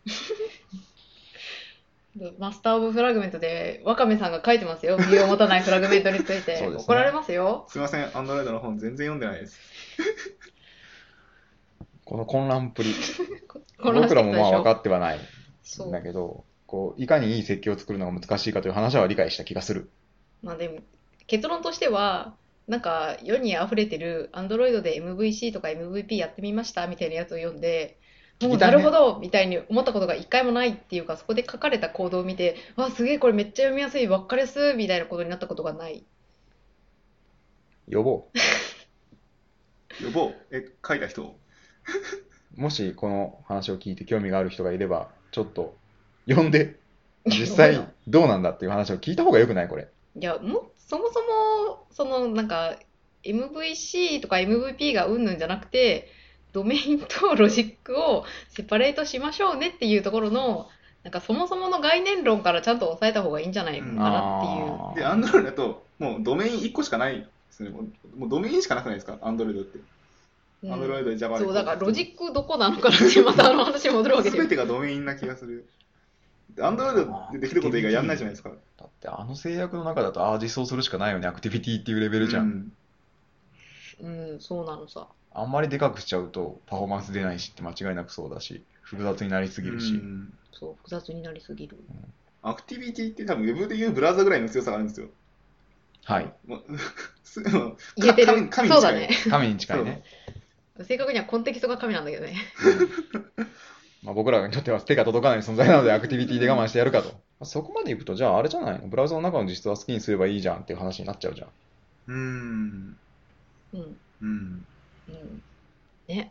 C: マスター・オブ・フラグメントで、ワカメさんが書いてますよ。ビューを持たないフラグメントについて。
A: そうですね
C: 怒られますよ。
B: すいません、アンドロイドの本全然読んでないです。
A: この混乱っぷり。
C: 混
A: 僕
C: 乱して
A: ら
C: きた
A: も
C: で
A: まあ
C: し
A: 分か
C: ょ。
A: ってはない
C: そ
A: んだ
C: う。
A: けど、こう、いかにいい設計を作るのが難しいかという話は理解した気がする。
C: まあでも、結論としては、なんか世に溢れてる、アンドロイドで MVC とか MVP やってみましたみたいなやつを読んで、もうなるほどみたいに思ったことが一回もないっていうか、そこで書かれた行動を見て、わあ、すげえこれめっちゃ読みやすい、わっかりやすいみたいなことになったことがない。
A: 呼ぼう。
B: 予防、え、書いた人を
A: もしこの話を聞いて興味がある人がいれば、ちょっと呼んで、実際どうなんだっていう話を聞いた方がよくないこれ。
C: いや、も、そもそも、その、なんか、MVC とか MVP がうんぬんじゃなくて、ドメインとロジックをセパレートしましょうねっていうところの、なんかそもそもの概念論からちゃんと抑えた方がいいんじゃないかなっていう。
A: あー
B: で、アンドロイドだと、もうドメイン1個しかないですね。もうもうドメインしかなくないですか、アンドロイドって。
C: うん
B: アンドロイドで Java
C: そう、だからロジ
B: ッ
C: ックどこなのかなって、またあの話に戻るわけ
B: す
C: で
B: べ。てがドメインな気がする。アンドロイドでできること以外やんないじゃないですか。
A: だってあの制約の中だと、ああ、実装するしかないよね、アクティビティっていうレベルじゃん。
B: うん
C: うん、そうなのさ。
A: あんまりでかくしちゃうと、パフォーマンス出ないしって間違いなくそうだし、複雑になりすぎるし。
B: うん
C: そう、複雑になりすぎる。
B: アクティビティって多分ウェブでいうブラウザぐらいの強さがあるんですよ。
A: はい。
B: もう すもう
C: 言えて
B: 神神に
C: る。
B: 近い
C: そうだね。
A: 神に近いね。
C: 正確にはコンテキストが神なんだけどね。
A: まあ、僕らにとっては手が届かない存在なので、アクティビティで我慢してやるかと。まあそこまでいくと、じゃああれじゃないのブラウザの中の実装は好きにすればいいじゃんっていう話になっちゃうじゃん。
B: うーん。
C: うん、
B: うん。
C: うん。
B: なんで、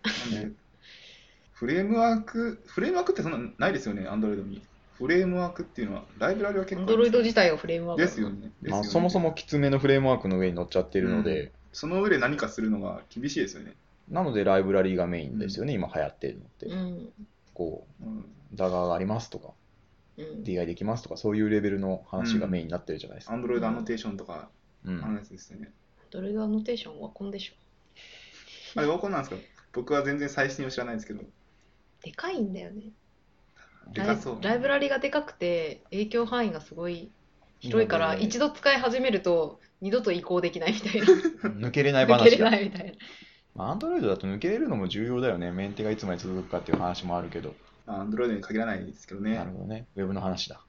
B: フレームワーク、フレームワークってそんなないですよね、アンドロイドに。フレームワークっていうのは、ライブラリは結
C: ア
B: 構
C: ン
B: あ
C: ド
B: るん
C: ロイド
B: です
C: 自体がフレームワー
B: よ
C: クだな
B: ですよね。で
A: ま
B: すよ
A: あ、
B: ね
A: そもそもきつめのフレームワークの上に乗っちゃってるので、
B: その上で何かするのが厳しいですよね。
A: なのでライブラリーがメインですよね、今流行ってるのって。
C: うん、
A: こう、
B: うん。
A: ダガーがありますとか、
C: うん。
A: DI できますとか、そういうレベルの話がメインになってるじゃないです
B: ア
A: か。
B: ンドロイドアノテーションとか、
A: うん。
B: あのやつですよね。
C: どれがアノテーションワコンでしょ
B: あれ、ワコンなんですか僕は全然最新を知らないんですけど。
C: でかいんだよね
B: でかそう。
C: ライブラリがでかくて影響範囲がすごい広いから
A: なので
C: 一度使い始めると二度と移行できないみたいな
A: 抜けれない
C: 抜け
A: 話
C: れ
A: が。
C: ないみたいな
A: まあ、アンドロイドだと抜けれるのも重要だよね。メンテがいつまで続くかっていう話もあるけど。
B: アンドロイドに限らないですけどね
A: なる。ほどね。ウェブの話だ。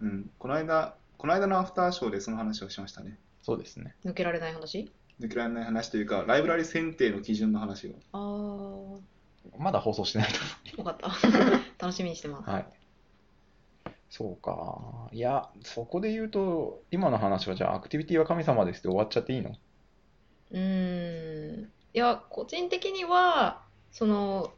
B: うん。この間、この間のアフターショーでその話をしましたね。
A: そうですね。
C: 抜けられない話
B: 抜けられない話というか、ライブラリ選定の基準の話を。
C: あー
A: まだ放送してないと
C: よかった楽しみにしてます、
A: はい。そうか。いや、そこで言うと、今の話はじゃあ、アクティビティは神様ですって終わっちゃっていいの
C: うーんいや個人的にはその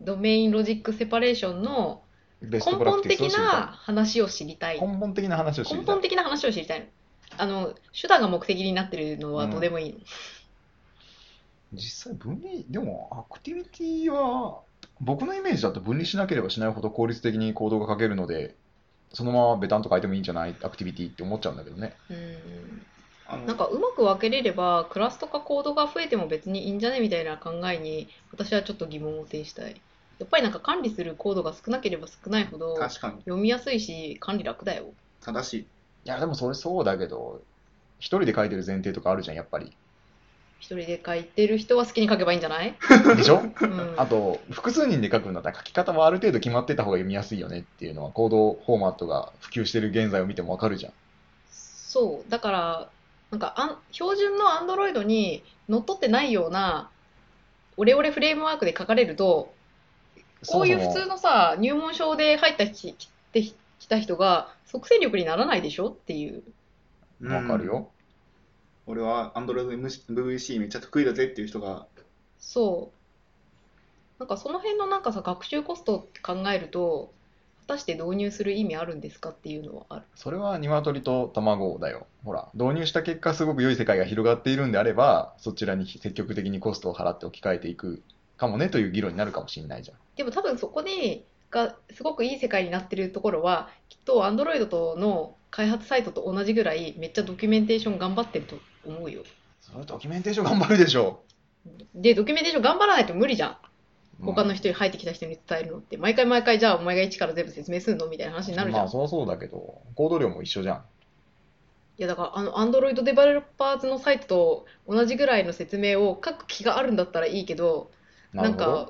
C: ドメインロジックセパレーションの
A: ベ
C: 根
A: ストプラ
C: 本
A: クティ
C: 的
A: スを知り
C: な
A: た
C: 話を知りたい
A: い。根本的な話を知り
C: 根
A: たい
C: 本。的な話を知りたいのあの手段が目的になってるのはどうでもいいの、
A: 実際分離、でもアクティビティは、僕のイメージだと分離しなければしないほど効率的に行動が書けるので、そのままベタンと書いてもいいんじゃないアクティビティって思っちゃうんだけどね。
C: うん
B: あの
C: なんかうまく分けれればクラスとかコードが増えても別にいいんじゃねみたいな考えに私はちょっと疑問を呈したいやっぱりなんか管理するコードが少なければ少ないほど
B: 確かに、
C: 読みやすいし管理楽だよ
B: 正しい。
A: いや、でもそれそうだけど、一人で書いてる前提とかあるじゃん、やっぱり。
C: 一人で書いてる人は好きに書けばいいんじゃない、
A: で しょ
C: うん、
A: あと、複数人で書くんだったら書き方はある程度決まってた方が読みやすいよねっていうのは、行動フォーマットが普及してる現在を見てもわかるじゃん。
C: そうだからなんかあん標準のアンドロイドにのっとってないようなオレオレフレームワークで書かれるとこういう
A: そも
C: 普
A: そも
C: 通のさ、入門証で入ったききてきた人が即戦力にならないでしょっていう。
B: うん
A: わかる。よ。
B: 俺は Android MVC めっちゃ得意だぜっていう人が、
C: そう。なんかその辺のなんかさ、学習コストって考えると、果たして導入する意味あるんですかっていうのはある。
A: それは鶏と卵だよ。ほら、導入した結果、すごく良い世界が広がっているんであれば、そちらに積極的にコストを払って置き換えていくかもねという議論になるかもしれないじゃん。
C: でも多分そこでがすごくいい世界になってるところはきっと Android との開発サイトと同じぐらいめっちゃドキュメンテーション頑張ってると思うよ。
A: それドキュメンテーション頑張るでしょ
C: で、ドキュメンテーション頑張らないと無理じゃん。
A: う。
C: 他の人に入ってきた人に伝えるのって。毎回毎回じゃあお前が一から全部説明するのみたいな話になるじゃ
A: ま
C: ん。
A: あ、
C: い
A: そりゃそうだけど、コード量も一緒じゃん。
C: やだからあの Android デバロッパーズのサイトと同じぐらいの説明を書く気があるんだったらいいけど、
A: なる
C: ん
A: ほど。
C: か、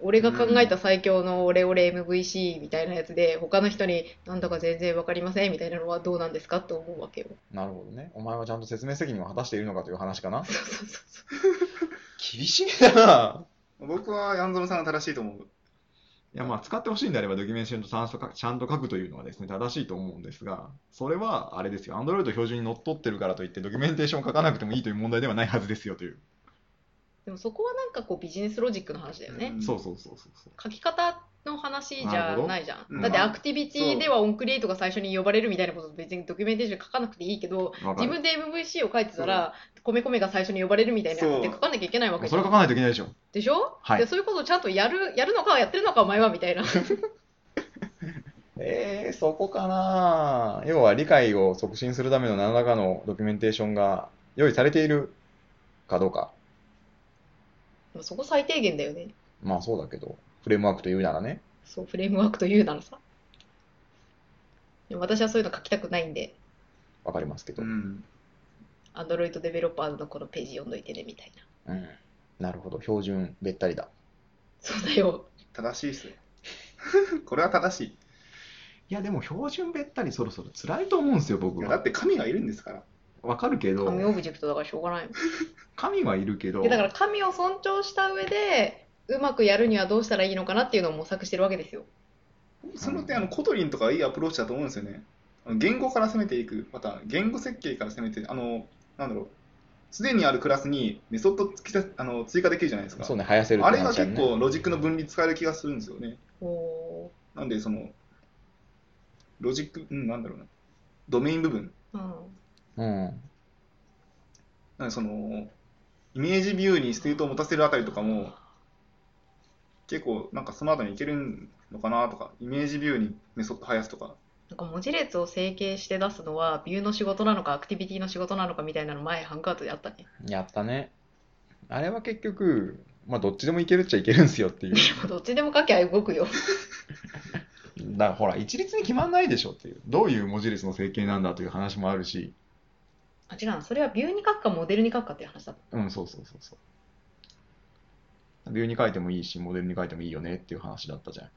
C: 俺が考えた最強のオレオレ MVC みたいなやつで、他の人になんだか全然わかりませんみたいなのはどうなんですかと思うわけよ。
A: なるほどね。お前はちゃんと説明責任を果たしているのかという話かな。
C: そうそうそうそう。
A: 厳しいな。
B: 僕はヤンゾロさんが正しいと思う。
A: いやまあ使ってほしいんであればドキュメンテーションとちゃんと書くちゃんと書くというのはですね正しいと思うんですがそれはあれですよ Android 標準にのっとってるからといってドキュメンテーションを書かなくてもいいという問題ではないはずですよという、
C: でもそこはなんかこうビジネスロジックの話だよね。
B: うん
A: そうそうそうそうそう
C: 書き方の話じ
A: なる
C: ゃ
A: ほど
C: ないじゃん。
B: うん
C: だってアクティビティではオンクリエイトが最初に呼ばれるみたいなこと別にドキュメンテーション書かなくていいけど、
A: わか
C: 自
A: る
C: 分で MVC を書いてたら、コメコメが最初に呼ばれるみたいなやつって書かなきゃいけないわけじ
A: そ
C: ゃ
A: れ
C: ん
A: 書かないといけないでしょ
C: でしょ、
A: はい
C: でそういうことをちゃんとやるやるのかやってるのかお前は みたいな。
A: えー、そこかな要は理解を促進するための何らかのドキュメンテーションが用意されているかどうか
C: まあそこ最低限だよね。
A: まあそうだけどフレームワークというならね
C: そう、フレームワークというならさ。でも私はそういうの書きたくないんで、
A: わかりますけど、
B: ん。
C: Android デベロッパーズのこのページ読んどいてねみたいな。
A: うん、なるほど標準べったりだ
C: そうだよ。
B: 正しいっすよ。 これは正し
A: いやでも標準べったりそろそろ辛いと思うんですよ
B: い。い
A: 僕
B: やだって神がいるんですから。
A: わかるけど
C: 紙オブジェクトだからしょうがないもん。
A: 神はいるけど
C: でだから神を尊重した上で、うまくやるにはどうしたらいいのかなっていうのを模索してるわけですよ。
B: その点、あのコトリンとかいいアプローチだと思うんですよね。あの言語から攻めていく、また言語設計から攻めて、あの、なんだろう、すでにあるクラスにメソッドつきたあの追加できるじゃないですか。
A: そうね、生やせる
B: あれが結
A: ね
B: 構ロジックの分離使える気がするんですよね。
C: お
B: なんで、その、ロジック、うん、なんだろうな、ドメイン部分、
C: ーうん。
A: うん。
B: なんでその、イメージビューにステートを持たせるあたりとかも、結構、なんかその後にいけるのかなとか、イメージビューにメソッド生やすとか、
C: なんか文字列を整形して出すのは、ビューの仕事なのか、アクティビティの仕事なのかみたいなの前、ハンカートであったね。
A: やったね。あれは結局、まあ、どっちでもいけるっちゃいけるんですよっていう。
C: どっちでも書きゃ動くよ。
A: だからほら、一律に決まんないでしょっていう。どういう文字列の整形なんだという話もあるし。
C: あ、違うな。それはビューに書くか、モデルに書くかっていう話だった。
A: うん、そうそうそうそう。ビューに書いてもいいし、モデルに書いてもいいよねっていう話だったじゃん。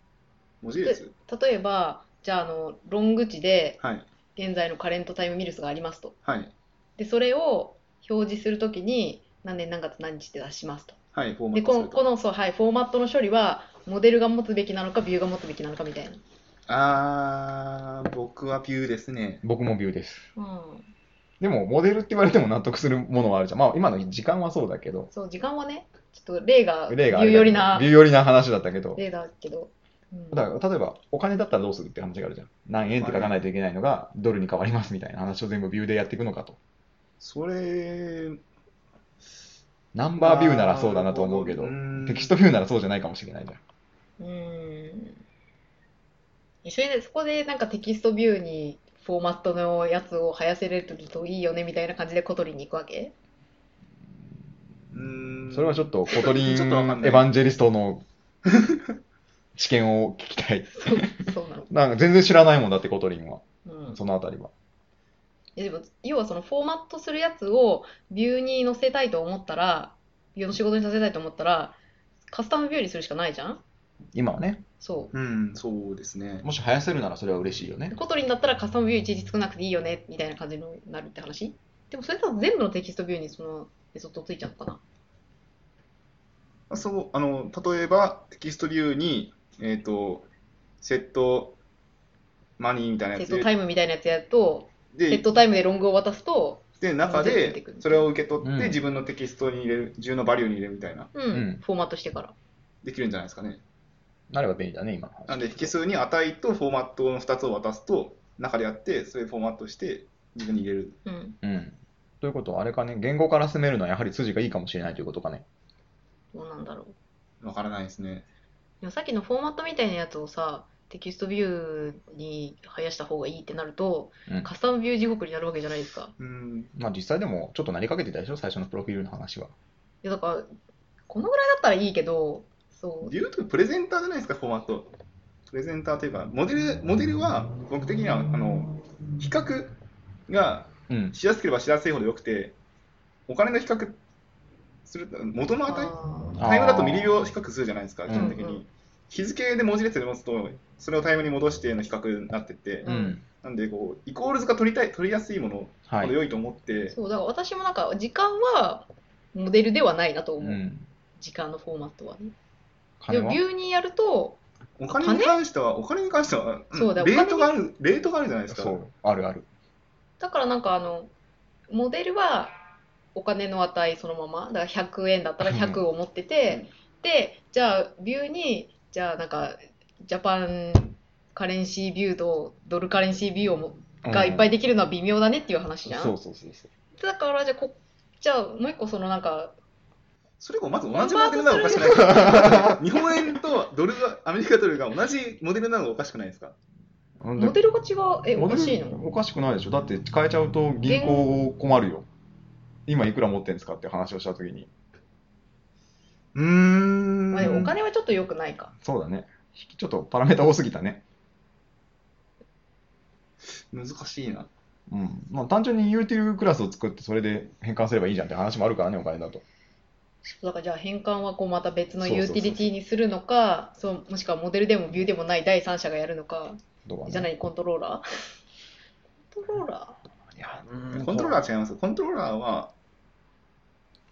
B: 文字列。
C: 例えば、じゃあ、あの、ロング値で、
B: はい、
C: 現在のカレントタイムミルスがありますと。
B: はい、
C: で、それを表示するときに、何年何月何日で出しますと。
B: はい、フォーマ
C: で、
B: ット
C: こ
B: する
C: の、
B: と。
C: この、そう、はい、フォーマットの処理は、モデルが持つべきなのか、ビューが持つべきなのかみたいな。
B: あー、僕はビューですね。
A: 僕もビューです。
C: うん。
A: でも、モデルって言われても納得するものはあるじゃん。まあ、今の時間はそうだけど、
C: そう、時間はね、ちょっと例が、
A: 例があ
C: ビュ
A: れ
C: ー寄りな
A: ビュー寄りな話だったけど。
C: 例だけど。うん
A: だから例えばお金だったらどうするって話があるじゃん。何円って書かないといけないのがドルに変わりますみたいな話を全部ビューでやっていくのかと。
B: それ、
A: ナンバービューならそうだなと思うけど
B: なるほ、ど
A: テキストビューならそうじゃないかもしれないじゃん。
C: うーん。それで、そこでなんかテキストビューにフォーマットのやつを生やせれるといいよねみたいな感じで小鳥に行くわ け
B: うーん
A: それはちょっとコトリン・エ
B: ちょっとわかん
A: ヴ
B: ない
A: ァンジェリスト の知見を聞きたい。
C: そう、そうなの。
A: なんか全然知らないもんだってコトリンは、
C: うん。
A: そのあたりは。
C: いやでも、要はそのフォーマットするやつをビューに載せたいと思ったら、ビューの仕事にさせたいと思ったら、カスタムビューにするしかないじゃん
A: 今はね、
C: そう。
B: うん、そうですね。
A: もし生やせるならそれは嬉しいよね
C: で。コトリンだったらカスタムビュー一日作らなくていいよねみたいな感じになるって話でもそれと全部のテキストビューにそのメソッドついちゃうのかな
B: そう、あの、例えばテキストビューにえっ、と、セットマニーみたいなや
C: セ
B: つ
C: ットタイムみたいなやつやると、セッ
B: で、
C: トタイムでロングを渡すと、
B: で、中
C: 全部出て
B: で
C: くる
B: それを受け取
A: う
B: っ
A: ん
B: て自分のテキストに入れる、自分のバリューに入れるみたいな、
C: うん、
A: うん
C: フォーマットしてから。
B: できるんじゃないですかね。
A: なれば便利だね、今の話。
B: なんで、引数に値とフォーマットの2つを渡すと、中でやって、それフォーマットして自分に入れる。
C: うん。
A: うん。ということは、あれかね、言語から進めるのはやはり筋がいいかもしれないということかね。
C: どうなんだろう。
B: わからないですね。
C: でもさっきのフォーマットみたいなやつをさ、テキストビューに生やした方がいいってなると、
A: うん。
C: カスタムビュー地獄になるわけじゃないですか。
B: うん、
A: まあ実際でも、ちょっとなりかけてたでしょ、最初のプロフィールの話は。
C: いやだから、このぐらいだったらいいけど、そう。
B: ビューとプレゼンターじゃないですか、フォーマット。プレゼンターというか、モデル、モデルは僕的には、あの、比較が
A: うん。
B: しやすければしやすいほど良くて、お金の比較する、元の値
C: あー
B: タイムだとミリ秒比較するじゃないですか、
A: うん
B: 基本的に。
C: うん
B: 日付で文字列で持つと、それをタイムに戻しての比較になってて、
A: う
C: うんん。
B: なんでこう、イコールズが取りたい、取りやすいもの
A: は
B: ほど
A: い。
B: 良いと思って、
C: そう、だから私もなんか、時間はモデルではないなと
A: う
C: 思う。
A: ん。
C: 時間のフォーマットはね。
A: 金
C: でも、
A: は
C: ビューにやると、
B: お金に関しては、お金に関しては、ん
C: そうだよ
B: レートがある、レートがあるじゃないですか。
A: そう、あるある。
C: だからなんかあの、モデルはお金の値そのまま、だから100円だったら100を持ってて、で、じゃあビューに、じゃあなんか、ジャパンカレンシービューとドルカレンシービューをもがいっぱい
A: で
C: できるのは微妙だねっていう話じゃん。
A: そうそうそうそう。
C: だからじゃあこ、じゃあもう一個そのなんか、
B: それがまず同じモデルなのがおかしくないですか日本円とドルが、アメリカドルが同じモデルなのがおかしくないですか
A: なんで
C: モデルが違う、え、お
A: モデ
C: か
A: ル
C: しいの
A: おかしくないでしょ。だって変えちゃうと銀行困るよ。今いくら持ってんですかって話をしたときに。
B: うーん
C: まあでもお金はちょっと良くないか。
A: そうだね。ひちょっとパラメータ多すぎたね。
B: 難しいな。
A: うん。まあ単純にユーティルクラスを作ってそれで変換すればいいじゃんって話もあるからね、お金だと。
C: だからじゃあ変換はこうまた別の
A: そうそう
C: ユ
A: そ
C: ー
A: う
C: ティリティにするのか、そうもしくはモデルでもビューでもない第三者がやるのか、
A: どうかね
C: じゃないコントローラーコントローラ
A: いや
B: コントローラーは違います。コントローラーは、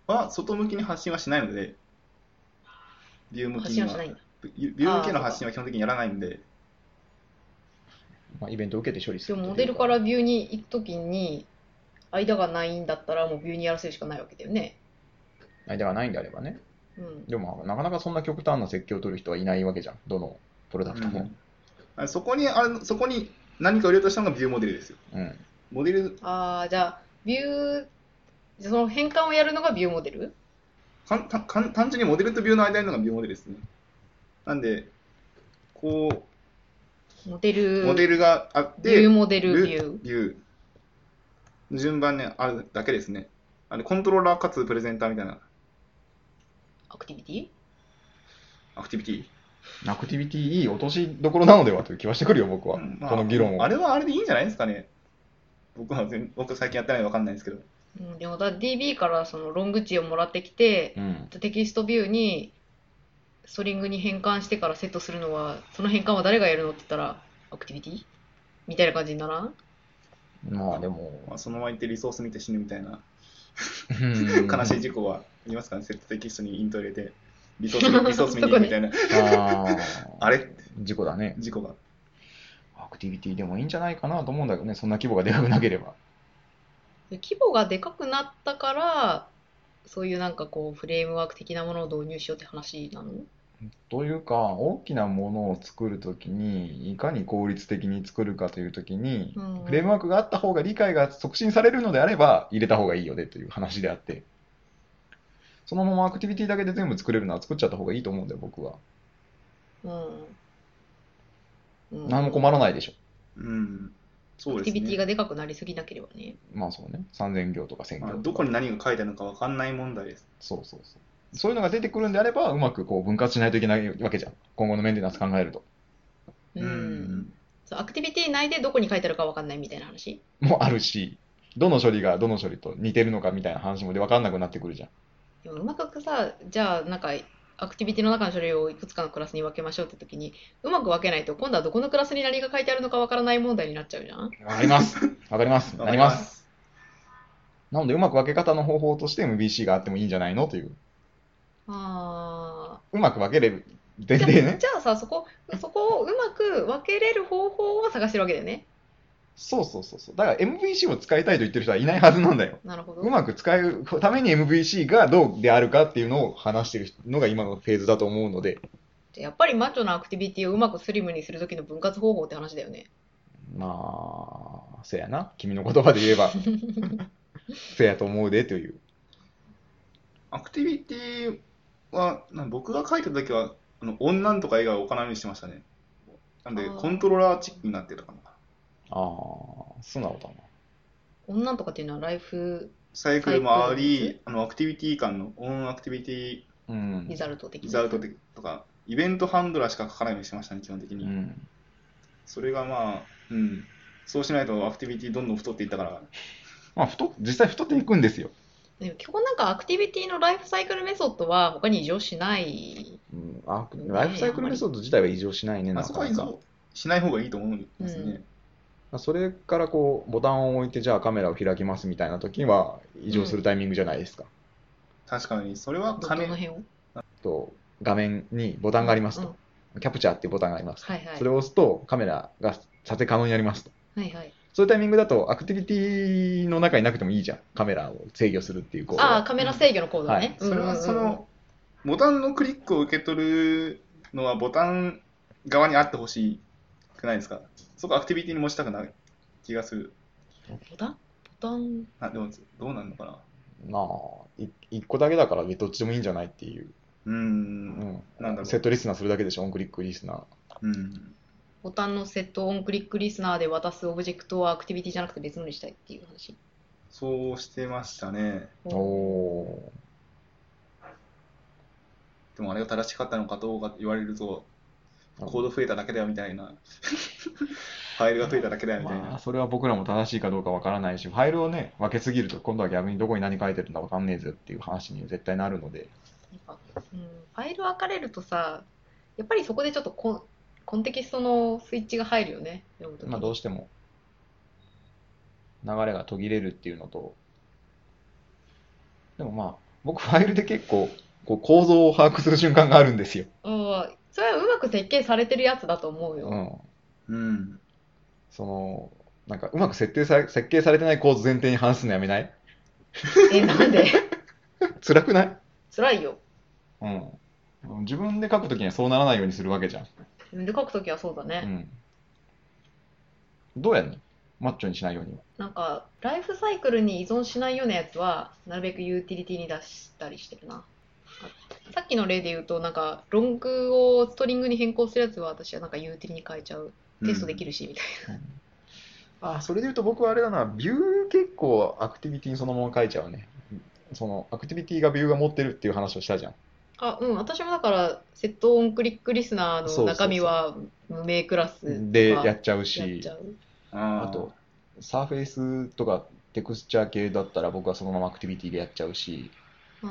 B: は外向きに発信はしないので、ビュー
C: ー
B: 向き
C: 発
B: に
C: 信は
B: は
C: しないんだ。
B: ビュビュー向けの発信は基本的にやらないんで、
A: まあ、イベントを受けて処理す
C: で
A: る
C: もモ
A: とい
C: デ
A: う
C: ルからビューに行くときに、間がないんだったらもうビューにやらせるしかないわけだよね。
A: 間がないんであればね
C: うん。
A: でもなかなかそんな極端な設計を取る人はいないわけじゃんどのプロダクトも
B: あそこにある、そこに何かを入れようとしたのがビューモデルですよ。
A: うん、
B: モデル、
C: ああ、じゃあ、ビュー、じゃあその変換をやるのがビューモデル
B: かんたかん単純にモデルとビューの間にあるのがビューモデルですね。なんで、こう、
C: モデル、
B: モデルがあっ
C: ビ
B: て、
C: ューモデル、
B: ル
C: ビュー。
B: ビュー順番にあるだけですね。あのコントローラーかつプレゼンターみたいな
C: アクティビティ
B: アクティビティ。
A: アクティビティいい落としどころなのではという気はしてくるよ僕は、
B: うんまあ
A: この議論を
B: あれはあれでいいんじゃないですかね。僕は全僕最近やってないのでわかんないですけど。
C: うん、でもだ DB からそのロング値をもらってきて、
A: うん、
C: テキストビューにストリングに変換してからセットするのは、その変換は誰がやるのって言ったら、アクティビティみたいな感じにならん
A: まあでも
B: まあ、そのまま行ってリソース見て死ぬみたいな。
A: 悲
B: 悲しい事故はありますかね。セットテキストにイント入れて、リソー スリソース見に行くみたいな。
A: あー
B: あれ
A: 事故だね
B: 事故が。
A: アクティビティでもいいんじゃないかなと思うんだけどねそんな規模がでかくなければ
C: で規模がでかくなったから、そういうなんかこう、フレームワーク的なものを導入しようって話なの
A: というか大きなものを作るときにいかに効率的に作るかというときに、
C: うん
A: フレームワークがあった方が理解が促進されるのであれば入れた方がいいよねという話であってそのままアクティビティだけで全部作れるのは作っちゃった方がいいと思うんだよ僕は
C: うん。うん
A: 何も困らないでしょ
B: うん。そう
C: アク
B: で
C: テ
B: す
C: ィビテ
B: ね。
C: ィがでかくなりすぎなければね。
A: まあそうね3000行とか1000行
B: まあ、
A: とか
B: どこに何が書いてあるのかわかんない問題です。
A: そうそうそうそういうのが出てくるんであればうまくこう分割しないといけないわけじゃん今後のメンテナンス考えると
C: うん。そうアクティビティ内でどこに書いてあるかわかんないみたいな話
A: もあるしどの処理がどの処理と似てるのかみたいな話もで分かんなくなってくるじゃん
C: でもうまくさ、じゃあなんか、アクティビティの中の書類をいくつかのクラスに分けましょうって時に、うまく分けないと、今度はどこのクラスに何が書いてあるのかわからない問題になっちゃうじゃん。
A: わかります。わかります。な
B: わか
A: り
B: り
A: ま。
B: ますす。
A: なので、うまく分け方の方法として MBC があってもいいんじゃないのという。
C: あ
A: うまく分けれで、
C: じゃ
A: でね、
C: じゃあ さそこそこをうまく分けれる方法を探してるわけだよね
A: そうそうそうそう。だから MVC を使いたいと言ってる人はいないはずなんだよ。
C: なるほど
A: うまく使うために MVC がどうであるかっていうのを話してるのが今のフェーズだと思うので、
C: じゃあやっぱりマッチョなアクティビティをうまくスリムにする時の分割方法って話だよね
A: まあ、せやな。君の言葉で言えば、せやと思うでという。
B: アクティビティは、なん僕が書いてた時は、あの、女んとか以外はお金にしてましたね。なんで、
C: あー
B: コントローラーチックになってたかな。
A: ああ、素直だな。
C: 女とかっていうのはライフ
B: サイクルもあ
C: サイクル
B: り、あの、アクティビティ間の、オンアクティビティ、
A: うん
C: リ。ザルト的
B: リ
C: な
B: ザルトとか、イベントハンドラーしか書かないようにしてましたね、基本的
A: う
B: に。
A: ん。
B: それがまあ、うん。そうしないとアクティビティどんどん太っていったから、
A: まあ、太っ、実際太っていくんですよ。
C: でも基本なんかアクティビティのライフサイクルメソッドは他に異常しない、
A: うん、あライフサイクルメソッド自体は異常しないね、な
B: あ
A: か
B: そ
A: な
B: こは
A: か。
B: 移動しない方がいいと思うんですね。
A: それからこうボタンを置いてじゃあカメラを開きますみたいな時は異常するタイミングじゃないですか。
B: 確かに、それは
C: どどの
B: 金、
C: 辺を
A: と画面にボタンがありますと、キャプチャーっていうボタンがありますと、
C: はいはい
A: それを押すとカメラが撮影可能になりますと。
C: うんはいはい
A: そういうタイミングだとアクティビティの中になくてもいいじゃん。カメラを制御するっていうこう。
C: ああカメラ制御のコードだね、
A: はい
B: それはそ
C: うんうんうん
B: の、ボタンのクリックを受け取るのはボタン側にあってほしくないですかそこアクティビティに持ちたくない気がする。
C: ボタンボタン
B: あ、でも、どうなるのかな
A: まあ、い一個だけだからどっちでもいいんじゃないっていう。
B: うー、
A: うんん。
B: なんだろ
A: セッ
B: う。
A: トリスナーするだけでしょ、オンクリックリスナー。
B: うん、
C: ボタンのセットオンクリックリスナーで渡すオブジェクトはアクティビティじゃなくて別のにしたいっていう話。
B: そうしてましたね。
A: おー
B: でもあれが正しかったのかどうかって言われると、コード増えただけだよみたいな。 ファイルが増えただけだよみたい
A: まあ、
B: な。
A: それは僕らも正しいかどうかわからないし、ファイルをね、分けすぎると、今度は逆にどこに何書いてるんだわかんねえぜっていう話に絶対なるので、
C: なんか、うん、ファイル分かれるとさ、やっぱりそこでちょっとコンコンテキストのスイッチが入るよね、読むとき
A: まあ、どうしても流れが途切れるっていうのと、でもまあ、僕、ファイルで結構、こう構造を把握する瞬間があるんですよ。
C: うんそれはうまく設計されてるやつだと思うよ。
A: うん。
B: うん。
A: その、なんか、うまく設定され、設計されてない構図前提に反するのやめない
C: え、なんで
A: 辛くない
C: 辛いよ。
A: うん。自分で書くときにはそうならないようにするわけじゃん。
C: 自分で書くときはそうだ
A: う
C: ね。
A: ん。どうやんのマッチョにしないようには。
C: なんか、ライフサイクルに依存しないようなやつは、なるべくユーティリティに出したりしてるな。あさっきの例で言うと、なんか、ロングをストリングに変更するやつは、私はなんかユーティリに変えちゃう。テストでき
B: る。
C: るし、みたい
A: あ、それで言うと僕はあれだな、ビュー結構アクティビティにそのまま書いちゃうね。そのアクティビティがビューが持ってるっていう話をしたじゃん。
C: な。あ、うん、私もだから、セットオンクリックリスナーの中身は無名クラスとか
A: で、や
C: やっ
A: っちゃう
C: ちゃう。
A: し、
B: あ
A: あ
B: ー
A: と、、サーフェイスとかテクスチャー系だったら僕はそのままアクティビティでやっちゃうし、
C: うん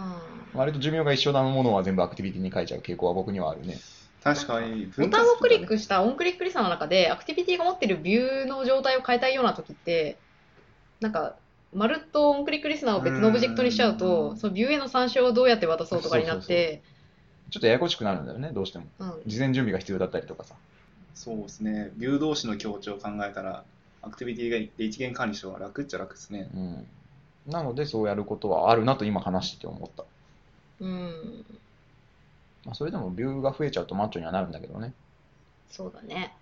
A: 割と寿命が一緒なものは全部アクティビティに書いちゃう傾向は僕にはあるね。
B: 確かに、
C: ボタンをクリックしたオンクリックリスナーの中で、アクティビティが持ってるビューの状態を変えたいような時って、なんか、まるっとオンクリックリスナーを別のオブジェクトにしちゃう
B: う
C: と、
B: ん
C: そのビューへの参照をどうやって渡そうとかになって、
A: ちょっとややこしくなるんだよね、どうしても。
C: うん
A: 事前準備が必要だったりとかさ。
B: そうですね、ビュー同士の協調を考えたら、アクティビティがで一元管理しようが楽っちゃ楽ですね。
A: うん。なのでそうやることはあるなと今話してて思った。
C: うん、
A: まあ、それでもビューが増えちゃうとマッチョにはなるんだけどね。
C: そうだね。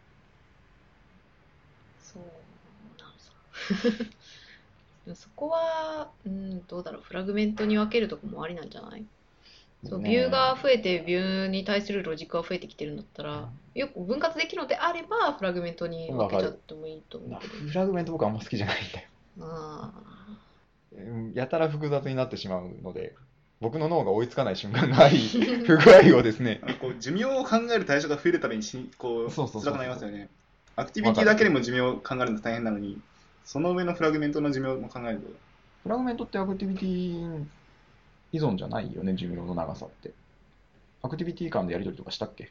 C: そうなんですよ でもそこは、うん、どうだろう、フラグメントに分けるとこもありなんじゃないそう、
A: ね
C: ビューが増えて、ビューに対するロジックが増えてきてるんだったら、よく分割できるのであれば、フラグメントに分けちゃってもいいと思
A: な
C: うけど。
A: フラグメント僕あんま好きじゃないんだよ
C: あ
A: うん。やたら複雑になってしまうので、僕の脳が追いつかない瞬間 があり、不具合をですね。
B: なんかこう寿命を考える対象が増えるたびにしこう
A: そうそうそうそう
B: 辛くなりますよね。アクティビティだけでも寿命を考えるの大変なのに、その上のフラグメントの寿命も考えると、
A: フラグメントってアクティビティ依存じゃないよね、寿命の長さって。アクティビティ間でやり取りとかしたっけ
C: ー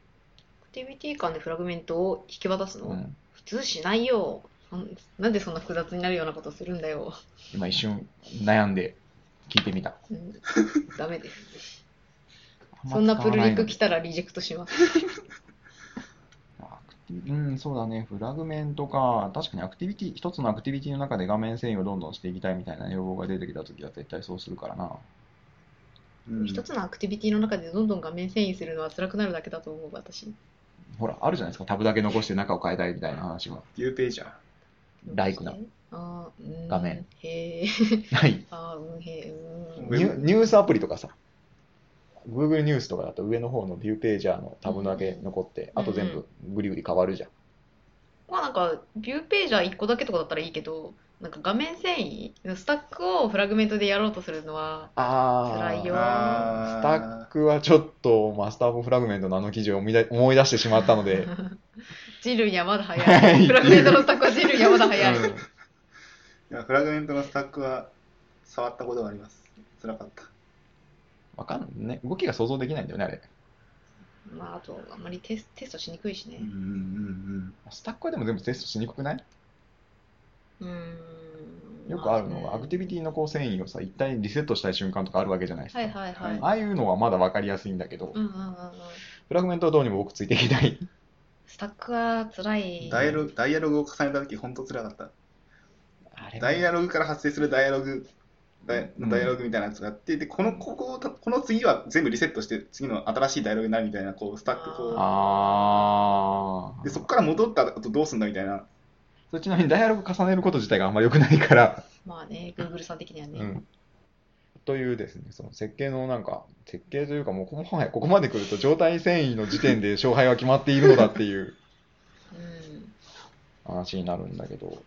C: アクティビティ間でフラグメントを引き渡すの、
A: うん。
C: 普通しないよ。なんなんでそんな複雑になるようなことするんだよ。
A: 今一瞬悩んで聞いてみた。
C: うんダメです。そんなプルリク来
A: き
C: たらリジェクトします。
A: うん、そうだね。フラグメントか。確かにアクティビティ、一つのアクティビティの中で画面遷移をどんどんしていきたいみたいな要望が出てきたときは絶対そうするからな。
B: うん
C: 一つのアクティビティの中でどんどん画面遷移するのは辛くなるだけだと思う、私。
A: ほら、あるじゃないですか。タブだけ残して中を変えたいみたいな話が。
B: ビューページャー。
A: ライクな
C: あーうーん
A: 画面。
C: へえ。
A: はい。
C: あーうんへえ。う
B: ウ
C: ーん
A: ニュニュースアプリとかさ、Google ニュースとかだと上の方のビューページャーのタブだけ残って、あと全部グリグリ変わるじゃん。
C: まあなんか、ビューページャー1個だけとかだったらいいけど、なんか画面遷移のスタックをフラグメントでやろうとするのは、
A: あー
C: 辛いよ
A: スタックはちょっとマスター・オブ・フラグメントのあの記事を思い出思い出してしまったので、
C: ジルにはまだ早
A: はい
C: い。フラグメントのスタックはジルにはま だ早い。
A: うん
B: いやフラグメントのスタックは触ったことがあります。辛かった。
A: わかんないね。動きが想像できないんだよね、あれ。
C: まああと、あんまりテステストしにくいしね
B: うん。うんうん
A: スタックはでも全部テストしにくくないう
C: ーん。
A: よくあるのが、アクティビテ
C: ィ。
A: ィのこう遷移をさ、一体リセットしたい瞬間とかあるわけじゃないですか。
C: はいはいはい。
A: ああいうのはまだわかりやすいんだけど、
C: うんうんうんうん。
A: フラグメントはどうにも僕ついていけない。
C: スタックは辛
B: う
C: い
B: ん。。ダイアログダイアログを重ねたとき、本当辛かった。
A: あれは
B: ダイアログから発生するダイアログ、ダイ
A: うん
B: ダイアログみたいなやつがあって、で、この、ここをた、この次は全部リセットして、次の新しいダイアログになるみたいな、こう、スタックこ
A: あ
B: う、
A: ー
B: で、そこから戻った後どうすんだみたいな。
A: それちなみにダイアログ重ねること自体があんまり良くないから、
C: まあね、Google さん的には
A: う
C: ね。
A: ん。というですね、その設計のなんか、設計というかもうこ、もはやここまで来ると状態遷移の時点で勝敗は決まっているのだっていう
C: うん。
A: 話になるんだけど、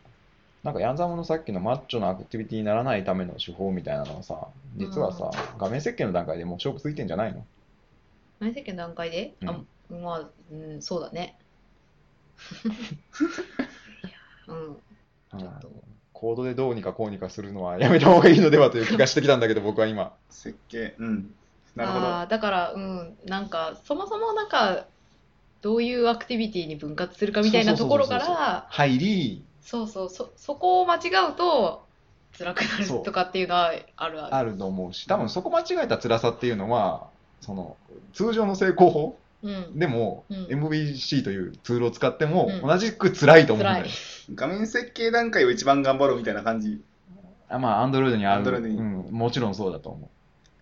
A: なんかヤンザムのさっきのマッチョなアクティビティにならないための手法みたいなのはさ、実はさ、画面設計の段階でもう勝負ついてんじゃないの
C: 内政権の段階で、あ、まあ、うん、そう だね。いやうん。
A: う
C: ち
A: ん
C: ょっと
A: コードでどうにかこうにかするのはやめた方がいいのではという気がしてきたんだけど、僕は今。
B: 設計、うん。なるほ
C: あーだから、うん、なんか、そもそもなんか、どういうアクティビティに分割するかみたいなところから、
A: 入り、
C: そうそう、そ、そこを間違うと、辛くなる
A: そう
C: とかっていうのはあるある。
A: あると思うし、多分そこ間違えた辛さっていうのは、その通常の成功法
C: うん。
A: でも、
C: うん
A: MVC というツールを使っても
C: うん
A: 同じく辛いと思うんだよ
C: 辛い。
B: ど。画面設計段階を一番頑張ろうみたいな感じ。
A: あまあ、Android にある、
B: Android に
A: うん、もちろんそうだと思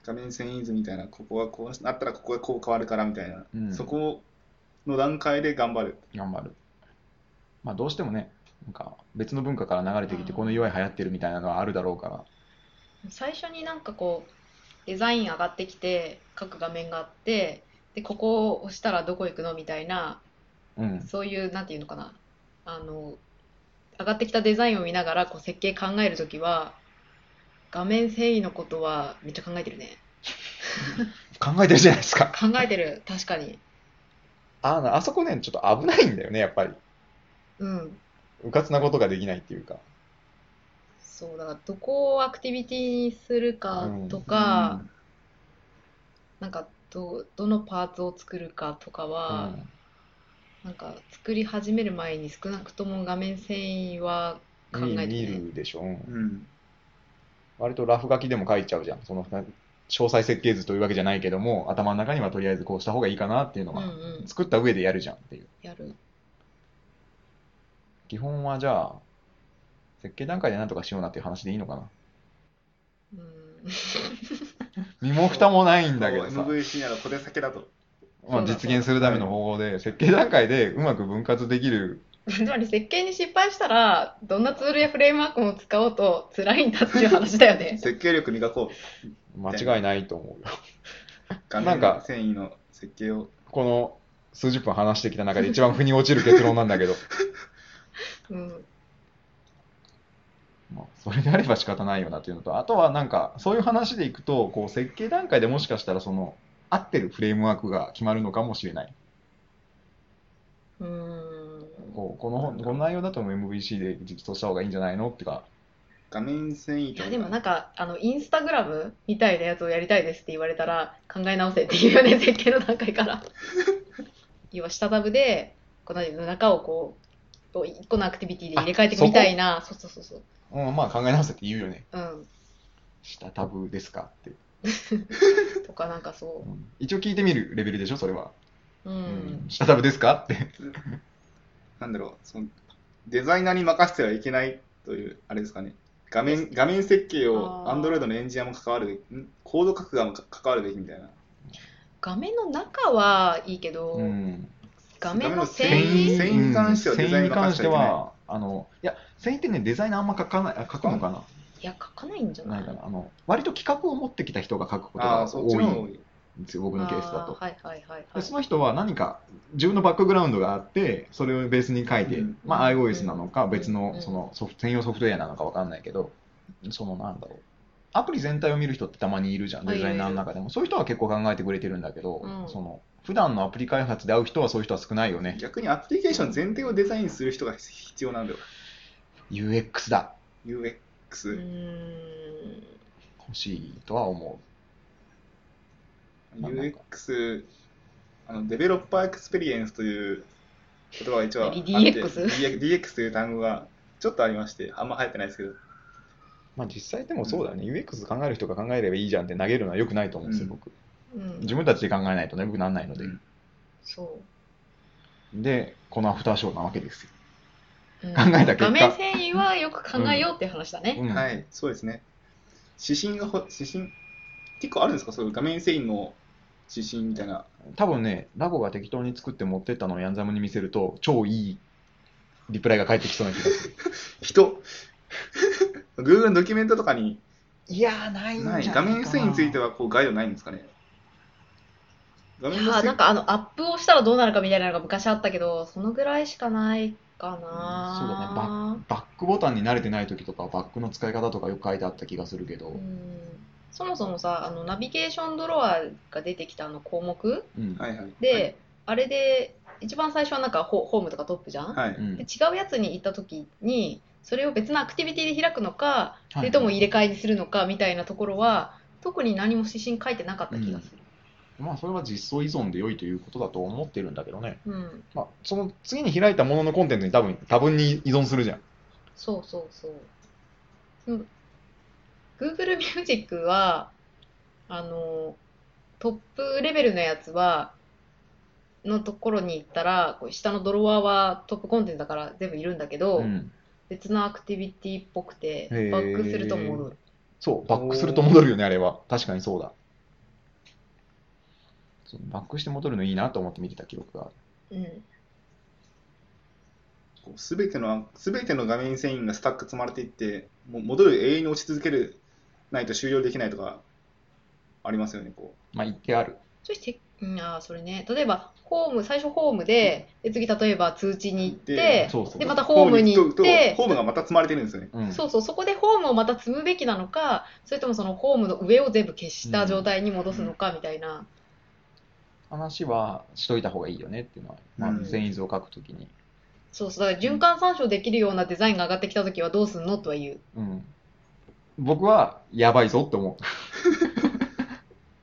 B: 画面遷移図みたいな、ここがこうなったらここがこう変わるからみたいな、
A: うん
B: そこの段階で頑張る。
A: う。頑張る。まあ、どうしてもね、なんか別の文化から流れてきて、この UI 流行ってるみたいなのはあるだろうから。
C: 最初になんかこう、デザイン上がってきて、各画面があって、で、ここを押したらどこ行くのみたいな、
A: うん、
C: そういう、なんていうのかな、あの、上がってきたデザインを見ながら、こう、設計考えるときは、画面遷移のことはめっちゃ考えてるね。
A: 考えてるじゃないですか。
C: 考えてる、確かに。
A: あのあそこね、ちょっと危ないんだよね、やっぱり。
C: うん。
A: うかつなことができないっていうか。
C: そう、だから、どこをアクティビティにするかとか、なんか、ど、どのパーツを作るかとか
A: う
C: は、
A: ん
C: なんか、作り始める前に少なくとも画面遷移は考
A: 見
C: えて
A: 見
C: ね。
A: るでしょ。うん
B: うん、うん。
A: 割とラフ書きでも書いちゃうじゃん。そのな詳細設計図というわけじゃないけども、頭の中にはとりあえずこうした方がいいかなっていうの
C: うんう
A: が、
C: ん、
A: 作った上でやるじゃんっていう。
C: やる。
A: 基本はじゃあ、設計段階で何とかしようなっていう話でいいのかな。
C: うん。
A: 身も蓋もないんだけどさ、
B: MVC なら小手先だと。
A: まあ、実現するための方法で、設計段階でうまく分割できる、
C: つまり設計に失敗したら、どんなツールやフレームワークも使おうと辛いんだっていう話だよね。
B: 設計力磨こう。
A: 間違いないと思うよ。
B: 画
A: な
B: 面
A: んか
B: 遷移の設計を。
A: この数十分話してきた中で一番腑に落ちる結論なんだけど、
C: うん。
A: まあ、それであれば仕方ないよなっていうのと、あとはなんか、そういう話でいくと、こう設計段階でもしかしたら、その、合ってるフレームワークが決まるのかもしれない。
C: うーん。
A: こうこの本この内容だと MVC で実装した方がいいんじゃないのってか、
B: 画面遷移
C: い
B: と
C: や、でもなんか、あの、インスタグラムみたいなやつをやりたいですって言われたら、考え直せっていうよね、設計の段階から。要は、下タブで、この中をこう、こう一個のアクティビティで入れ替えていくみたいな、そうそうそうそう。
A: うん、まあ考え直せって言うよね。
C: うん。
A: 下タブですかって。
C: とかなんかそ
A: 一応聞いてみるレベルでしょ、それは。
C: う。うん。
A: うん下食べですかって。
B: なんだろう、そのデザイナーに任せてはいけないという、あれですかね、画面画面設計を
C: あー
B: Android のエンジニアも関わるべき、んコード書く側もか関わるべきみたいな、
C: 画面の中はいいけど、
A: うん
C: 画面の
B: 繊維
C: 繊維
B: 繊維に関してはデザイン
A: に
B: が
A: 関
B: 任
A: し
B: せ
A: て
B: ちゃいけない
A: は、あの、いや、繊維ってね、デザイナーあんま書かない、あ書くのかな、
C: いや、書かないんじゃな
A: ない
C: い
A: かな、あの、割と企画を持ってきた人が書くこと
B: ああ
A: が
B: ー、そっち
A: 多い
B: の方が多
A: ん
B: い。
A: ですよ、僕のケースだと
C: あ。ーはいはいはいは
A: で
C: い。
A: その人は何か自分のバックグラウンドがあって、それをベースに書いて、
B: うん
A: まあ、iOS なのか、
C: うん
A: 別
C: う
A: の
C: ん
A: そのソフト専用ソフトウェアなのかわかんないけど、そのなんだろう、アプリ全体を見る人ってたまにいるじゃん、
C: あい
A: デ
C: る
A: ザイナーの中でも。そういう人は結構考えてくれてるんだけど、
C: うん
A: その普段のアプリ開発で会う人はそういう人は少ないよね。
B: 逆にアプリケーション全体をデザインする人が必要なんだよ、
A: UX だ、
B: UX。
C: うーん。
A: 欲しいとは思まあなんか
B: UX、あのデベロッパーエクスペリエンスという言葉が一応あって、
C: 何 DX
B: DX DX という単語がちょっとありまして、あんま流行ってないですけど、
A: まあ、実際でもそうだね、UX 考える人が考えればいいじゃんって投げるのは良くないと思うんですよ、
B: うん
A: 僕。
C: うん、
A: 自分たちで考えないとね、良くならないので。
B: うん
C: そ
A: で、このアフターショーなわけですよ。
C: う、うん
A: 考えた結果
C: 画面繊維はよく考えようっていう話だね。
A: うん
B: はい、そうですね。指針がほ、指針、結構あるんですかそういう画面繊維の指針みたいな。
A: 多分ね、ラゴが適当に作って持ってったのをヤンザムに見せると、超いいリプライが返ってきそうな気がする。
B: 人 Google のドキュメントとかに
A: いやー、ない
B: ない、画面繊維について
A: は。
B: はこうガイドないんですかね画
C: い
B: 面
C: や
B: の
C: ー
B: 繊
C: なん
B: 維
C: かあのアップをしたらどうなるかみたいなのが昔あったけど、そのぐらいしかないか
A: うんそうだね
C: な。
A: バックボタンに慣れてない時とか、バックの使い方とかよく書いてあった気がするけど、
C: うんそもそもさあのナビゲーションドロワーが出てきたあの項目
A: うん
B: はいはい。
C: で、あれで一番最初はなんかホホームとかトップじゃん、
B: はい、は
A: う
B: い。
A: ん
C: で違うやつに行った時にそれを別のアクティビティで開くのか、
A: はい
C: それとも入れ替えにするのかみたいなところは特に何も指針書いてなかった気がす
A: まあ、それは実装依存で良いということだと思ってるんだけどね。
C: る、うん
A: まあ、その次に開いたもののコンテンツに多分、多分に依存するじゃん。
C: そうそうそうその Google ミュージックはあのトップレベルのやつはのところに行ったらこう下のドロワーはトップコンテンツだから全部いるんだけど、
A: うん
C: 別のアクティビティっぽくて
A: へー
C: バックすると戻る
A: そう、バックすると戻るよね、あれは。確かにそうだ。そうバックして戻るのいいなと思って見てた記録がある。
C: うん
B: すべての、すべての画面繊維がスタック積まれていって、もう戻る永遠に落ち続けるないと終了できないとか、ありますよね、こ
A: まあ、言ってある。
C: そして、うん、あーそれね、例えば、ホーム、最初ホームで、で次、例えば通知に行って
B: で、
A: そうそう
B: う。
C: でまたホームに行って
B: ホームに行くとホームがまた積まれてるんですよね。
A: うん
C: そうそう、そこでホームをまた積むべきなのか、それともそのホームの上を全部消した状態に戻すのかみたいな、
A: 話はしといた方がいいよねっていうのは、まあ
B: うん、
A: 遷移図を書くときに、
C: そうそう、だから循環参照できるようなデザインが上がってきたときはどうすんのとは言う。
A: うん、僕はやばいぞって思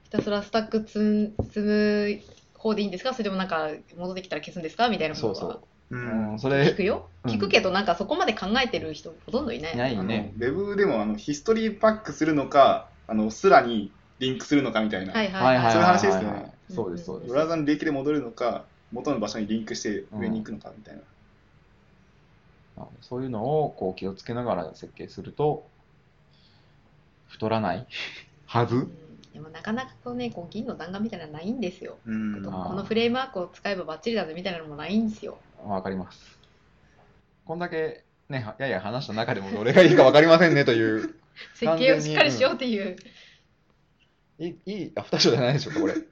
C: ひたすらスタック積ん積む方でいいんですかそれともなんか、戻ってきたら消すんですかみたいな
A: う。
C: こと
A: そ
C: は
A: うそう。
B: う
A: うん、そ
C: 聞
A: れ、
C: くよ。
A: うん
C: 聞くけど、なんかそこまで考えてる人ほとんどいない。
A: ない
B: あの
A: ね。
B: ウェブでもあのヒストリーバックするのか、あのスラにリンクするのかみたいな、
C: はいは
A: はいい
C: は。
A: はいい
B: そういう
A: は
B: 話
A: い
B: です
A: は
B: よ
A: い
B: ね
A: はい。そうです、そうです
B: ブ。ラウザの履歴で戻るのか、元の場所にリンクして上に行くのかみたいな。
A: あのそういうのをこう気をつけながら設計すると、太ら ないは
C: う
A: ず
C: んでもなかなかこうね、こう銀の弾丸みたいなのないんですよ。
B: うん
C: こ
A: あー
C: のフレームワークを使えばバッチリだぜみたいなのもないんですよ。
A: わかります。こんだけ、ね、はやや話した中でもどれがいいかわかりませんねという、
C: 設計をしっかりしようっていう。
A: いいいいアフターショーじゃないでしょうか、これ。
C: う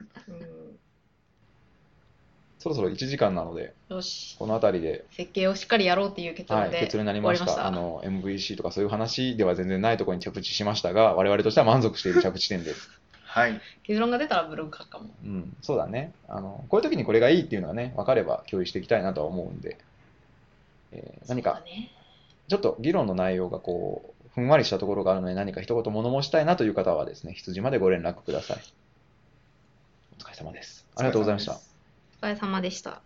A: そろそろ1時間なので、
C: ん、よし。
A: この辺りで
C: 設計をしっかりやろうっていう結
A: は
C: 論
A: い、
C: で。
A: 結論になりました。
C: 終わ
A: あ
C: りま
A: の、MVC とかそういう話では全然ないところに着地しましたが、我々としては満足している着地点です。
B: はい。
C: 結論が出たらブログ書くかも。
A: うん、そうだね。あの、こういう時にこれがいいっていうのはね、分かれば共有していきたいなとは思うんで、えー何
C: そう
A: か、
C: だね。
A: ちょっと議論の内容がこう、ふんわりしたところがあるので、何か一言物申したいなという方はですね、羊までご連絡ください。お疲れ様です。ありがとうございました。
C: お疲れ様でした。